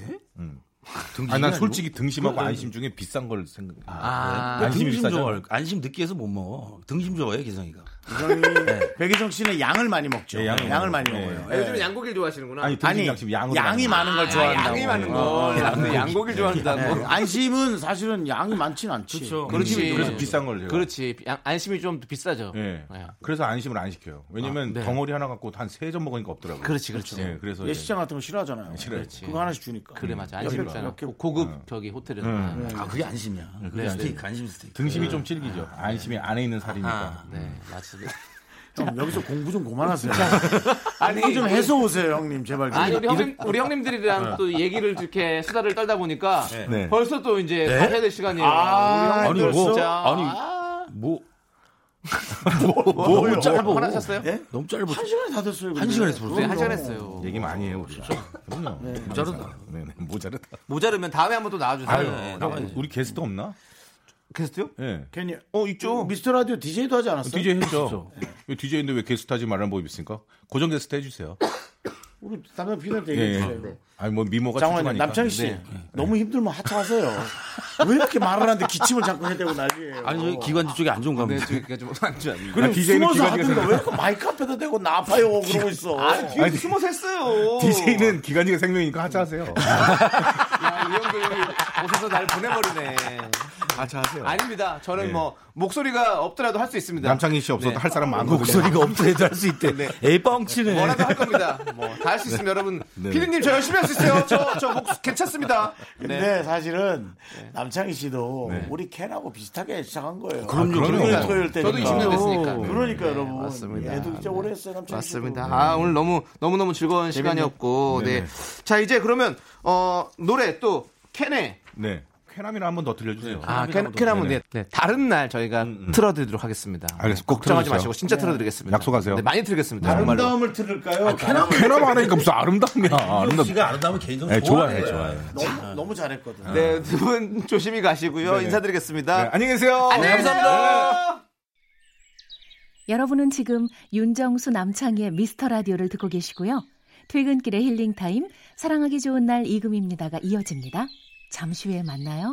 E: 등심.
F: 아니 난 솔직히 등심하고 안심 중에 비싼 걸 생각.
B: 아,
F: 네. 안심이
E: 등심
F: 비싸죠?
E: 좋아할. 안심 느끼해서 못 먹어. 등심 좋아해 기성이가.
A: 이상이 백혜정 씨는 양을 많이 먹죠.
F: 예,
A: 양을,
F: 양을
A: 많이
F: 먹어요.
A: 먹어요. 예.
B: 아, 요즘 양고기를 좋아하시는구나
F: 아니
A: 아니
F: 등심 양심 양으로
A: 양이
F: 나눠요.
A: 많은 걸
B: 아,
A: 좋아한다고.
B: 양이 많은 거 양고기, 양고기를 좋아한다고
A: 네. 안심은 사실은 양이 많진 않지.
B: 그렇지.
F: 음, 그래서 비싼 걸 제가.
B: 그렇지. 양- 안심이 좀 비싸죠.
F: 예.
B: 네.
F: 그래서 안심을 안 시켜요. 왜냐면
B: 네.
F: 덩어리 하나 갖고 한 세 점 먹으니까 없더라고요.
B: 그렇지, 그렇지.
F: 예, 그래서
A: 예, 시장 같은 거 싫어하잖아요.
F: 싫어요.
A: 그거 하나씩 주니까.
B: 그래 맞아. 안심
A: 옆에
B: 있잖아.
A: 이렇게
B: 고급 저기 호텔에서.
E: 아 그게 안심이야. 그게 스테이크 안심 스테이크.
F: 등심이 좀 질기죠. 안심이 안에 있는 살이니까.
B: 네, 맞습니다.
A: 형, 여기서 공부 좀 그만하세요. 공부 좀 해서 오세요, 형님. 제발. 좀.
B: 아니 우리 형님 우리 형님들이랑 또 얘기를 이렇게 수다를 떨다 보니까
F: 네.
B: 벌써 또 이제 가셔야 될 시간이에요.
A: 아,
E: 아니 뭐?
B: 진짜.
E: 아니 뭐? 뭐? 너무 짧아.
B: 화나- 화나셨어요?
A: 예?
E: 너무 짧아.
A: 한 시간이 다 됐어요.
E: 한
A: 근데.
E: 시간에서 벌써
B: 네, 한 시간 했어요.
F: 얘기 많이 해요, 우리. 그럼요.
E: 모자르다.
F: 네, 네, 모자르다.
B: 모자르면 다음에 한번 또 나와주세요.
F: 아유,
E: 네,
F: 나-
E: 나와야지.
F: 우리 게스트 없나?
B: 게스트요?
F: 예.
A: 괜히
F: 어, 있죠.
A: 미스터 라디오 DJ도 하지 않았어요?
F: DJ 했죠. 왜 DJ인데 왜 게스트 하지 말라는 법이 있습니까? 고정 게스트 해주세요.
A: 우리 담당 피디한테
F: 예,
A: 얘기해 주세요.
F: 예. 아니, 뭐 미모가
A: 장원님,
F: 출중하니까. 네.
A: 남창희 씨, 너무 힘들면 하차하세요. 왜 이렇게 말을 하는데 기침을 자꾸 해대고 난리예요.
E: 아니 저기 기관지 쪽이 안 좋은가 어. 보네.
B: 저기가 좀안줄 알고.
A: 그럼
F: 아, DJ는
A: 숨어서
F: 기관지가
A: 하든가 왜 이렇게 마이크 앞에다 대고 나 아파요 그러고 있어.
B: 뒤에 숨어서 했어요.
F: DJ는 기간이가 생명이니까 하차하세요.
B: 야, 이 형도 여기 오셔서 날 보내버리네.
F: 하차하세요.
B: 아닙니다. 저는
F: 네.
B: 뭐 목소리가 없더라도 할 수 있습니다.
F: 남창희 씨 없어도 할 사람 많거든요.
E: 목소리가 없더라도 할 수 있대.
B: 네.
E: 에이 뻥치네.
B: 뭐라도 할 겁니다. 뭐 다 할 수 있으면 여러분
F: 네.
B: 피디님 저 열심히 할 수 있어요. 저 저 목 괜찮습니다.
A: 근데
B: 네.
A: 사실은 남창희 씨도 우리 캔하고 비슷하게 시작한 거예요.
F: 그럼요,
A: 아, 금요일,
F: 그럼요.
A: 토요일 때니까.
B: 저도 20년 됐으니까.
A: 그러니까
B: 네,
A: 여러분.
B: 맞습니다.
A: 얘도 진짜
B: 네.
A: 오래 했어요 남창희 씨도.
B: 맞습니다. 아 오늘 너무 너무 너무 즐거운 시간이었고 네. 자 이제 그러면 어 노래 또 캔에
F: 네. 쾌남이나 한번 더 들려주세요.
B: 아캔캔 한번 네. 네. 다른 날 저희가 틀어드리도록 하겠습니다.
F: 알겠습니다. 꼭
B: 걱정하지
F: 틀어주세요.
B: 마시고 진짜 틀어드리겠습니다.
F: 약속하세요.
B: 네, 많이 틀겠습니다. 정말로.
A: 아름다움을 틀을까요?
F: 쾌남 쾌남 안 하니까 무슨 아름답냐. 아름답.
E: 씨가 아름다우면 개인적으로
F: 네,
E: 좋아해.
F: 좋아해, 좋아해.
A: 너무, 너무 잘했거든.
B: 네, 두 분 조심히 가시고요. 인사드리겠습니다.
F: 네, 안녕히 계세요.
B: 감사합니다.
I: 여러분은 지금 윤정수 남창희의 미스터 라디오를 듣고 계시고요. 퇴근길의 힐링 타임, 사랑하기 좋은 날 이금입니다가 이어집니다. 잠시 후에 만나요.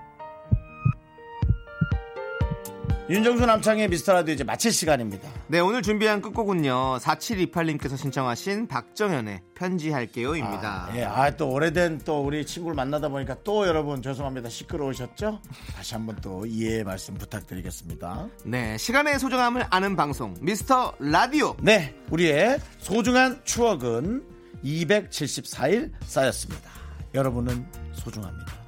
A: 네. 윤정수 남창의 미스터 라디오 이제 마칠 시간입니다.
B: 네, 오늘 준비한 끝곡은요. 4728님께서 신청하신 박정현의 편지할게요입니다.
A: 예, 아, 또 오래된 또 우리 친구를 만나다 보니까 또 여러분 죄송합니다. 시끄러우셨죠? 다시 한번 또 이해의 말씀 부탁드리겠습니다.
B: 네, 시간의 소중함을 아는 방송 미스터 라디오.
A: 네, 우리의 소중한 추억은 274일 쌓였습니다. 여러분은 소중합니다.